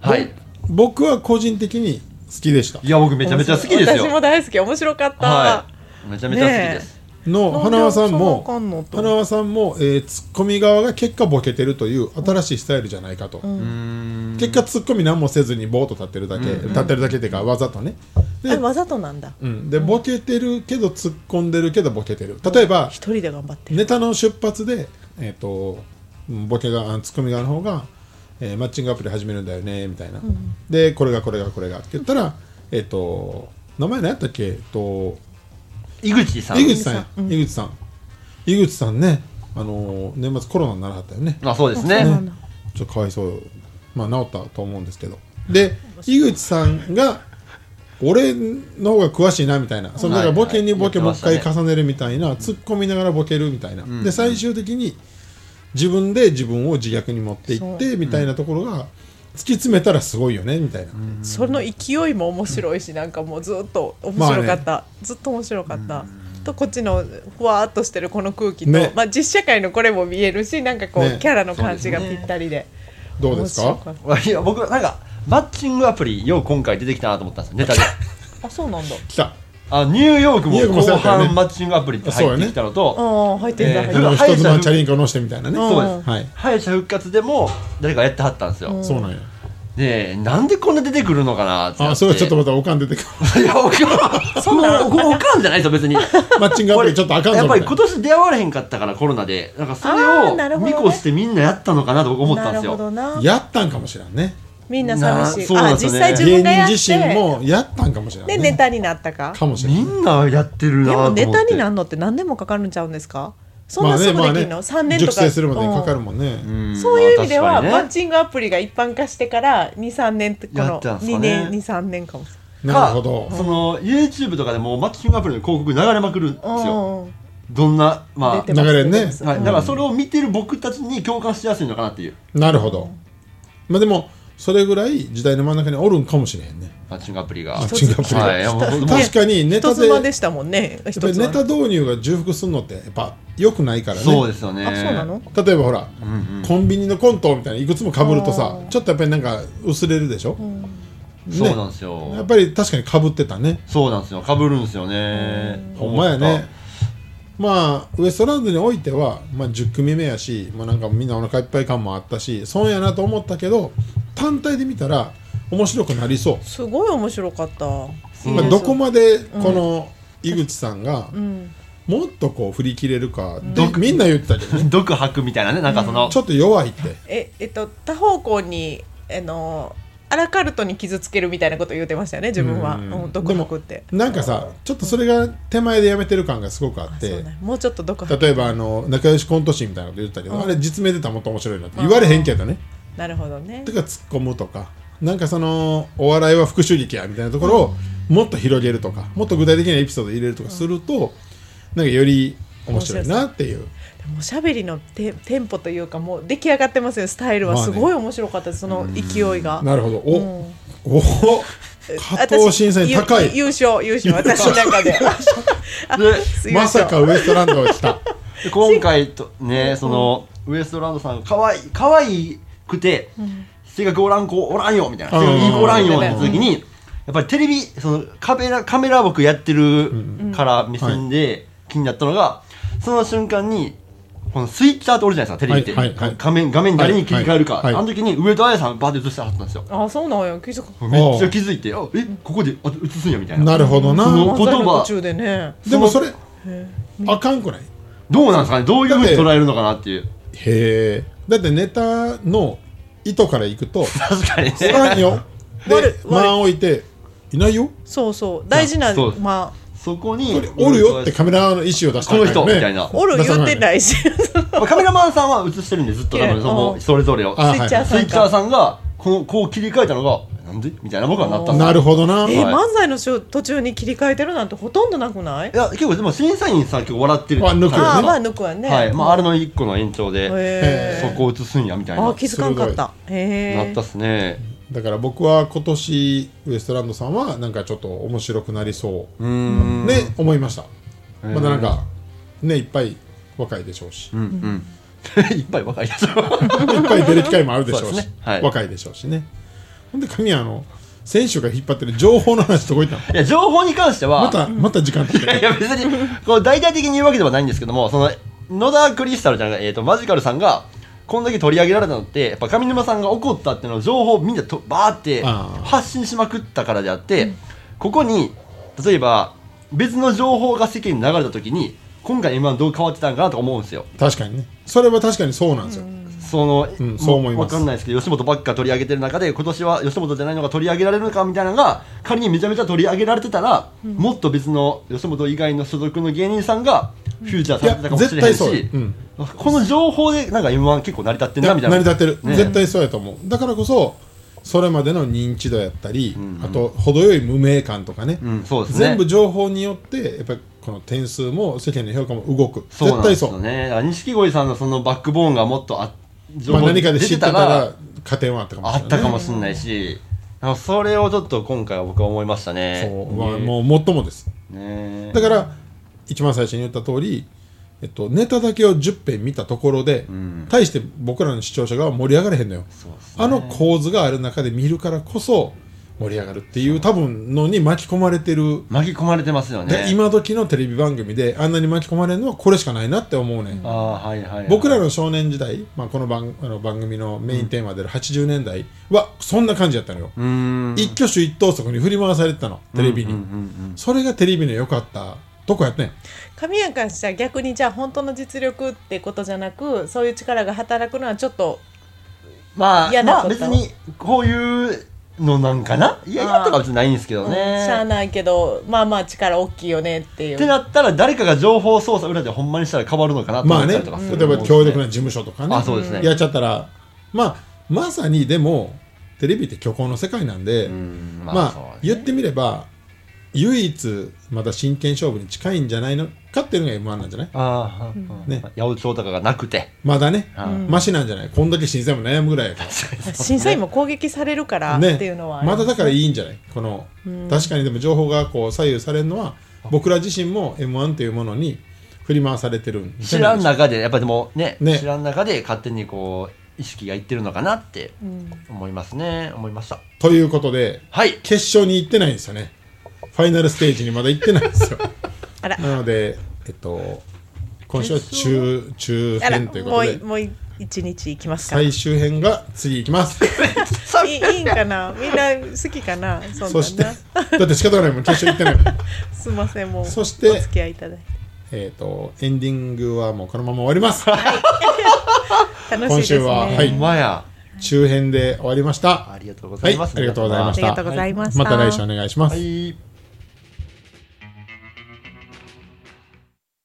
[SPEAKER 4] はい
[SPEAKER 2] 僕は個人的に好きでした
[SPEAKER 4] いや僕めちゃめちゃ好きですよ
[SPEAKER 3] 私も大好き面白かった、
[SPEAKER 4] はいめちゃめちゃ好きです、
[SPEAKER 2] の
[SPEAKER 3] なんで
[SPEAKER 2] 花輪さんも
[SPEAKER 3] そんなあかんのと
[SPEAKER 2] 花輪さんも、えーツッコミ側が結果ボケてるという新しいスタイルじゃないかと、結果ツッコミ何もせずにボーっと立ってるだけ、立ってるだけっていうかわざとね
[SPEAKER 3] あ
[SPEAKER 2] で,、
[SPEAKER 3] れわざとなんだ
[SPEAKER 2] うん、でボケてるけど突っ込んでるけどボケてる例えば
[SPEAKER 3] 一人で頑張ってる
[SPEAKER 2] ネタの出発で、えー、とうんボケがあツッコミ側の方が、えーマッチングアプリ始めるんだよねみたいな、でこれがこれがこれがって言ったらえっ、と名前何やったっけえっと
[SPEAKER 4] 井口さん
[SPEAKER 2] 井口さんや、井口さん井口さんねあのー年末コロナにならはったよね
[SPEAKER 4] あそうですね
[SPEAKER 3] だ
[SPEAKER 2] ちょっとかわいそうまあ治ったと思うんですけどで井口さんが俺の方が詳しいなみたいなそのだからボケにボケ
[SPEAKER 4] はい
[SPEAKER 2] もう
[SPEAKER 4] はい
[SPEAKER 2] 一回重ねるみたいな突っ込みながらボケるみたいな、で最終的に自分で自分を自虐に持っていってみたいなところが突き詰めたらすごいよねみたいな、
[SPEAKER 3] その勢いも面白いし、なんかもうずっと面白かった、ずっと面白かった、とこっちのふわーっとしてるこの空気と、
[SPEAKER 2] ね
[SPEAKER 3] まあ、実社会のこれも見えるしなんかこう、
[SPEAKER 2] ね
[SPEAKER 3] キャラの感じがぴったりで
[SPEAKER 2] どうです
[SPEAKER 3] 面
[SPEAKER 2] か
[SPEAKER 3] 白っ た
[SPEAKER 4] いや僕なんかマッチングアプリよう今回出てきたなと思ったんですよネタで
[SPEAKER 3] あそうなんだ
[SPEAKER 2] 来た
[SPEAKER 4] あニューヨークも
[SPEAKER 2] ニューヨークもそう
[SPEAKER 4] 後
[SPEAKER 2] だったよね
[SPEAKER 4] 半マッチングアプリって入ってきたの
[SPEAKER 3] あ
[SPEAKER 4] と
[SPEAKER 3] あ入ってんだ、
[SPEAKER 4] えー
[SPEAKER 3] 入って
[SPEAKER 2] 自
[SPEAKER 3] んだ
[SPEAKER 2] 分一つのチャリンコ乗してみたいなね、
[SPEAKER 4] そうです
[SPEAKER 2] はい、
[SPEAKER 4] 敗者復活でも誰かやってはったんですよ
[SPEAKER 2] そうなんや
[SPEAKER 4] でなんでこんな出てくるのかなってな
[SPEAKER 2] あ
[SPEAKER 4] て
[SPEAKER 2] それはちょっとまたおかん出 てくる
[SPEAKER 4] いや僕はそんなおかんじゃないですよ別に
[SPEAKER 2] マッチングアプリちょっとあかんぞ
[SPEAKER 4] やっ
[SPEAKER 2] み
[SPEAKER 4] ぱ
[SPEAKER 2] たい
[SPEAKER 4] り
[SPEAKER 2] な
[SPEAKER 4] 今年出会われへんかったからコロナでなんかそれ
[SPEAKER 3] あーなる
[SPEAKER 4] を
[SPEAKER 3] ほ
[SPEAKER 4] 見
[SPEAKER 3] どね
[SPEAKER 4] 越してみんなやったのかなと僕思ったんですよ
[SPEAKER 3] なるほどな
[SPEAKER 2] やったんかもしれんね
[SPEAKER 3] みんな寂しい
[SPEAKER 4] なそう
[SPEAKER 3] あ
[SPEAKER 4] なんです
[SPEAKER 3] 実
[SPEAKER 4] よね
[SPEAKER 3] 際自
[SPEAKER 2] 芸
[SPEAKER 3] 分がやっ
[SPEAKER 2] 人
[SPEAKER 3] て
[SPEAKER 2] 自身もやったんかもしれんね
[SPEAKER 3] でネタになったか
[SPEAKER 2] かもしれ
[SPEAKER 4] み
[SPEAKER 2] ん
[SPEAKER 4] んなやってるな
[SPEAKER 3] で
[SPEAKER 4] と
[SPEAKER 3] も
[SPEAKER 4] 思って
[SPEAKER 3] ネタになんのって何年もかかるんちゃうんですかそんなすぐできるの、3年とか
[SPEAKER 2] 熟成するまでにかかるもんね、
[SPEAKER 4] ん
[SPEAKER 3] そういう意味で
[SPEAKER 4] ま
[SPEAKER 3] は、
[SPEAKER 4] あ確
[SPEAKER 3] マ
[SPEAKER 4] か
[SPEAKER 3] ッ
[SPEAKER 4] にね
[SPEAKER 3] チングアプリが一般化してから23年ってこ
[SPEAKER 4] や
[SPEAKER 3] の
[SPEAKER 4] ったんす
[SPEAKER 3] 2
[SPEAKER 4] かね
[SPEAKER 3] 年23年かもし
[SPEAKER 2] なるほど
[SPEAKER 4] かその YouTube とかでもうマッチングアプリの広告流れまくるんです
[SPEAKER 3] れない
[SPEAKER 4] よ
[SPEAKER 3] うん
[SPEAKER 4] どんなまあ
[SPEAKER 3] 出てます
[SPEAKER 2] 流れね
[SPEAKER 3] 出てます
[SPEAKER 4] はい、だからそれを見てる僕たちに共感しやすいのかなっていう
[SPEAKER 2] なるほどまあでもそれぐらい時代の真ん中におるんかもしれへんね
[SPEAKER 4] マッチングアプリが
[SPEAKER 2] マッチングアプリが
[SPEAKER 4] はいいやもう僕
[SPEAKER 2] 確かにネタ
[SPEAKER 3] 人
[SPEAKER 2] で
[SPEAKER 3] 妻でしたもんね
[SPEAKER 2] やっぱ
[SPEAKER 3] 人
[SPEAKER 2] りネ
[SPEAKER 3] 妻
[SPEAKER 2] タ導入が重複するのってやっぱ良くないからね
[SPEAKER 4] そうですよね
[SPEAKER 3] あそうなの
[SPEAKER 2] 例えばほら、コンビニのコントみたいないくつもかぶるとさちょっとやっぱりなんか薄れるでしょ、
[SPEAKER 4] そうなんですよ、
[SPEAKER 2] やっぱり確かにかぶってたね
[SPEAKER 4] そうなんですよかぶるんですよね
[SPEAKER 2] ほんまやねまあウエストランドにおいては、まあ、10組目やし、まあ、なんかみんなお腹いっぱい感もあったし損やなと思ったけど単体で見たら面白くなりそう
[SPEAKER 3] すごい面白かった
[SPEAKER 2] まあ、どこまでこの井口さんがもっとこう振り切れるかってみんな言ってたけどね
[SPEAKER 4] 毒吐くみたいなねなんかその、
[SPEAKER 2] ちょっと弱いって
[SPEAKER 3] ええっと多方向にあのアラカルトに傷つけるみたいなこと言ってましたよね自分は
[SPEAKER 2] うん
[SPEAKER 3] うん毒博って
[SPEAKER 2] なんかさちょっとそれが手前でやめてる感がすごくあっ
[SPEAKER 3] そう
[SPEAKER 2] て
[SPEAKER 3] ねもうちょっと毒博
[SPEAKER 2] 例えばあの仲良しコント師みたいなこと言ってたけどあれ実名出たらもっと面白いなって言われへんけどね
[SPEAKER 3] なるほどね
[SPEAKER 2] とか突っ込むとかなんかそのお笑いは復讐力やみたいなところをもっと広げるとかもっと具体的なエピソード入れるとかするとなんかより面白いなっていう
[SPEAKER 3] おしゃべりのテテンポというかもう出来上がってますねスタイルは
[SPEAKER 2] まあ
[SPEAKER 3] す
[SPEAKER 2] ね
[SPEAKER 3] ごい面白かったですその勢いが
[SPEAKER 2] なるほどお、
[SPEAKER 3] うん
[SPEAKER 2] おお加藤審査員
[SPEAKER 3] 私
[SPEAKER 2] 高い
[SPEAKER 3] ゆ優勝優勝私の 中で優勝
[SPEAKER 2] まさかウエストランドが来た
[SPEAKER 4] で今回とねその、ウエストランドさんが可愛い可愛くて、性格おらん子おらんよみたいな、
[SPEAKER 2] うん
[SPEAKER 4] 性格おらんよって時に、やっぱりテレビそのカメラカメラ僕やってるから目線で気になったのが、その瞬間にこのスイッチャーっておるじゃないですかテレビって、
[SPEAKER 2] はいはいはい
[SPEAKER 4] 画面画面誰に切り替えるか、
[SPEAKER 2] はいはいはい
[SPEAKER 4] あの時に上戸彩さんバーって映してはったんですよ
[SPEAKER 3] あそうなんや気づか
[SPEAKER 4] めっちゃ気づいてあえここであ映すんやみたいな
[SPEAKER 2] なるほどな
[SPEAKER 4] その
[SPEAKER 3] 漫才
[SPEAKER 4] 言
[SPEAKER 3] の
[SPEAKER 4] 葉
[SPEAKER 3] 途中でね
[SPEAKER 2] でもそれあかんくない
[SPEAKER 4] どうなんですかねどういうふうに捉えるのかなっていう
[SPEAKER 2] へえだってネタの意図からいくと「
[SPEAKER 4] 確かに
[SPEAKER 2] おらんよ」
[SPEAKER 3] 悪い
[SPEAKER 2] で
[SPEAKER 3] 悪い
[SPEAKER 2] 間を置いて「いないよ
[SPEAKER 3] そうそう大事な
[SPEAKER 4] そうです
[SPEAKER 3] ま
[SPEAKER 4] そこ
[SPEAKER 2] こ
[SPEAKER 4] に
[SPEAKER 2] れおるよ」ってカメラの意思を出した
[SPEAKER 4] こ
[SPEAKER 2] ら
[SPEAKER 4] の
[SPEAKER 2] あかん
[SPEAKER 4] 人
[SPEAKER 2] よ
[SPEAKER 4] みたいな
[SPEAKER 3] あ、おる言ってないし
[SPEAKER 4] まあカメラマンさんは映してるんでずっと多
[SPEAKER 3] うん
[SPEAKER 4] 分そのそれぞれを
[SPEAKER 2] あ
[SPEAKER 3] スイッチャー
[SPEAKER 4] スイ
[SPEAKER 3] さん
[SPEAKER 4] ッチャー
[SPEAKER 3] か
[SPEAKER 4] さんがこのこう切り替えたのがなんでみたいな僕はなったんです
[SPEAKER 2] なるほどな
[SPEAKER 3] え
[SPEAKER 4] はい
[SPEAKER 3] 漫才のしょ途中に切り替えてるなんてほとんどなくない
[SPEAKER 4] いや結構でも審査員さん結構笑ってる
[SPEAKER 2] あ抜くよね
[SPEAKER 3] あ
[SPEAKER 4] は
[SPEAKER 3] あ
[SPEAKER 4] い
[SPEAKER 3] まあ抜くわね
[SPEAKER 4] はいまああれの一個の延長
[SPEAKER 3] へ
[SPEAKER 4] で
[SPEAKER 3] え
[SPEAKER 4] そこを映すんやみたいな
[SPEAKER 3] あ
[SPEAKER 4] な
[SPEAKER 3] ー
[SPEAKER 4] っ
[SPEAKER 3] 気づかんかったへえ
[SPEAKER 4] たっすね
[SPEAKER 2] だから僕は今年ウエストランドさんはなんかちょっと面白くなりそうう
[SPEAKER 4] ーん
[SPEAKER 2] ね思いました
[SPEAKER 4] うん
[SPEAKER 2] まだなんかねいっぱい若いでしょうし
[SPEAKER 4] うんうん いっぱい若いやつはい
[SPEAKER 2] っぱい出る機会もあるでしょう
[SPEAKER 4] そうで
[SPEAKER 2] し
[SPEAKER 4] すねはい
[SPEAKER 2] 若いでしょうしねほんで神谷あの選手が引っ張ってる情報の話どこ行ったの
[SPEAKER 4] や情報に関しては
[SPEAKER 2] またまた時間経って
[SPEAKER 4] いや別にこう大々的に言うわけではないんですけどもその野田クリスタルじゃない、えー、とマジカルさんがこんだけ取り上げられたのってやっぱ上沼さんが怒ったっていうのを情報をみんなとバーって
[SPEAKER 2] あー
[SPEAKER 4] 発信しまくったからであって、ここに例えば別の情報が世間に流れた時に今回 m 1どう変わってたんかなと思うんですよ。
[SPEAKER 2] 確かにねそれは確かにそうなんですよ、
[SPEAKER 4] その、
[SPEAKER 2] うんそう思います
[SPEAKER 4] わかんないですけど吉本ばっか取り上げてる中で今年は吉本じゃないのが取り上げられるのかみたいなのが仮にめちゃめちゃ取り上げられてたら、もっと別の吉本以外の所属の芸人さんがフューチャーされてたかもしれないし
[SPEAKER 2] いや絶対そうよ
[SPEAKER 4] この情報でなんか m 1結構成り立ってんなみたいな
[SPEAKER 2] 成り立ってる、
[SPEAKER 4] ね
[SPEAKER 2] 絶対そうやと思うだからこそそれまでの認知度やったり、
[SPEAKER 4] んうん
[SPEAKER 2] あと程よい無名感とかね、
[SPEAKER 4] うんそうですね
[SPEAKER 2] 全部情報によってやっぱりこの点数も世間の評価も動く
[SPEAKER 4] そう
[SPEAKER 2] 絶
[SPEAKER 4] なんで
[SPEAKER 2] 対
[SPEAKER 4] す
[SPEAKER 2] そう
[SPEAKER 4] よねだから錦鯉さんのそのバックボーンがもっとあ情
[SPEAKER 2] まあ、
[SPEAKER 4] 報
[SPEAKER 2] 何かで
[SPEAKER 4] 出
[SPEAKER 2] 知っててた
[SPEAKER 4] たら
[SPEAKER 2] ら加点はあったかもし
[SPEAKER 4] あ
[SPEAKER 2] れない、
[SPEAKER 4] ったかもしれないし、なんかそれをちょっと今回は僕は思いましたね
[SPEAKER 2] そう、ま
[SPEAKER 4] ね
[SPEAKER 2] あ、もうもっともです
[SPEAKER 4] ね
[SPEAKER 2] だから一番最初に言った通りえっと、ネタだけを10編見たところで、
[SPEAKER 4] ん
[SPEAKER 2] 対して僕らの視聴者が盛り上がれへんのよ、
[SPEAKER 4] そうですね
[SPEAKER 2] あの構図がある中で見るからこそ盛り上がるっていう多分のに巻き込まれてる
[SPEAKER 4] 巻き込まれてますよね
[SPEAKER 2] で今時のテレビ番組であんなに巻き込まれるのはこれしかないなって思うね、ん、
[SPEAKER 4] あーはいはいはい
[SPEAKER 2] 僕らの少年時代、まあ、この番あの番組のメインテーマである80年代はそんな感じやったのよ、
[SPEAKER 4] うーん
[SPEAKER 2] 一挙手一投足に振り回されてたのテレビに、
[SPEAKER 4] うんうんうん
[SPEAKER 2] それがテレビの良かったとこやったん
[SPEAKER 3] 神谷からしたら逆にじゃあ本当の実力ってことじゃなくそういう力が働くのはちょっと
[SPEAKER 4] まあ
[SPEAKER 3] 嫌な
[SPEAKER 4] ま
[SPEAKER 3] こ
[SPEAKER 4] あ
[SPEAKER 3] と
[SPEAKER 4] 別にこういうのなんかないや
[SPEAKER 3] あー
[SPEAKER 4] 嫌とか別にないんですけ
[SPEAKER 3] う
[SPEAKER 4] ど
[SPEAKER 3] んし
[SPEAKER 4] ね、
[SPEAKER 3] ゃあないけどまあまあ力大きいよねってい
[SPEAKER 4] って
[SPEAKER 3] う
[SPEAKER 4] なったら誰かが情報操作裏でほんまにしたら変わるのかなと
[SPEAKER 2] ま
[SPEAKER 4] 思
[SPEAKER 2] あ
[SPEAKER 4] った
[SPEAKER 2] ね
[SPEAKER 4] りとかする
[SPEAKER 2] 例えば強力な
[SPEAKER 4] ね
[SPEAKER 2] 事務所とか
[SPEAKER 4] あそうです
[SPEAKER 2] ね
[SPEAKER 4] ね
[SPEAKER 2] やっちゃったらまあまさにでもテレビって虚構の世界なんで、
[SPEAKER 4] うんまあ
[SPEAKER 2] ま
[SPEAKER 4] そう
[SPEAKER 2] あ
[SPEAKER 4] ですね
[SPEAKER 2] 言ってみれば唯一まだ真剣勝負に近いんじゃないのかっていうのが M1 なんじゃない
[SPEAKER 4] ああ、
[SPEAKER 2] ね
[SPEAKER 4] ね、八百長とかがなくて。
[SPEAKER 2] まだね、
[SPEAKER 4] うん
[SPEAKER 2] マシなんじゃないこんだけ審査員も悩むぐらいやから
[SPEAKER 3] 審査員も攻撃されるからっていうのはあり
[SPEAKER 2] まだ
[SPEAKER 3] す
[SPEAKER 2] だからいいんじゃないこの、確かにでも情報がこう左右されるのは僕ら自身も m 1というものに振り回されてるんじ
[SPEAKER 4] 知
[SPEAKER 2] ゃな
[SPEAKER 4] ら
[SPEAKER 2] い
[SPEAKER 4] ん中で、やっぱでもね、
[SPEAKER 2] ね
[SPEAKER 4] 知らん中で勝手にこう、意識がいってるのかなって思いますね。思いました。
[SPEAKER 2] ということで
[SPEAKER 4] はい。
[SPEAKER 2] 決勝に行ってないんですよねファイナルステージにまだ行ってないんですよ
[SPEAKER 3] あら
[SPEAKER 2] なのでえっと今週は中中
[SPEAKER 3] あら
[SPEAKER 2] 編というこ
[SPEAKER 3] も
[SPEAKER 2] と
[SPEAKER 3] う
[SPEAKER 2] で
[SPEAKER 3] いもうい一日行きますか
[SPEAKER 2] 最
[SPEAKER 3] い
[SPEAKER 2] 終編が次行きます
[SPEAKER 3] いいいんかなみんな好きかなそんなんな
[SPEAKER 2] そしてだ って仕方がないもん決勝行ってないもん
[SPEAKER 3] すいませんもう
[SPEAKER 2] そして
[SPEAKER 3] お付き合いいただいて
[SPEAKER 2] えっとエンディングはもうこのまま終わります
[SPEAKER 3] 楽しいです
[SPEAKER 2] 今週
[SPEAKER 3] ね
[SPEAKER 2] はは
[SPEAKER 4] ほ
[SPEAKER 2] い
[SPEAKER 4] んまや。
[SPEAKER 2] 中編で終わりました
[SPEAKER 4] ありがとうござ
[SPEAKER 2] はいい
[SPEAKER 4] ます。
[SPEAKER 2] ありがとうございました
[SPEAKER 3] ありがとうございました
[SPEAKER 2] はいまた来週お願いします
[SPEAKER 4] はい。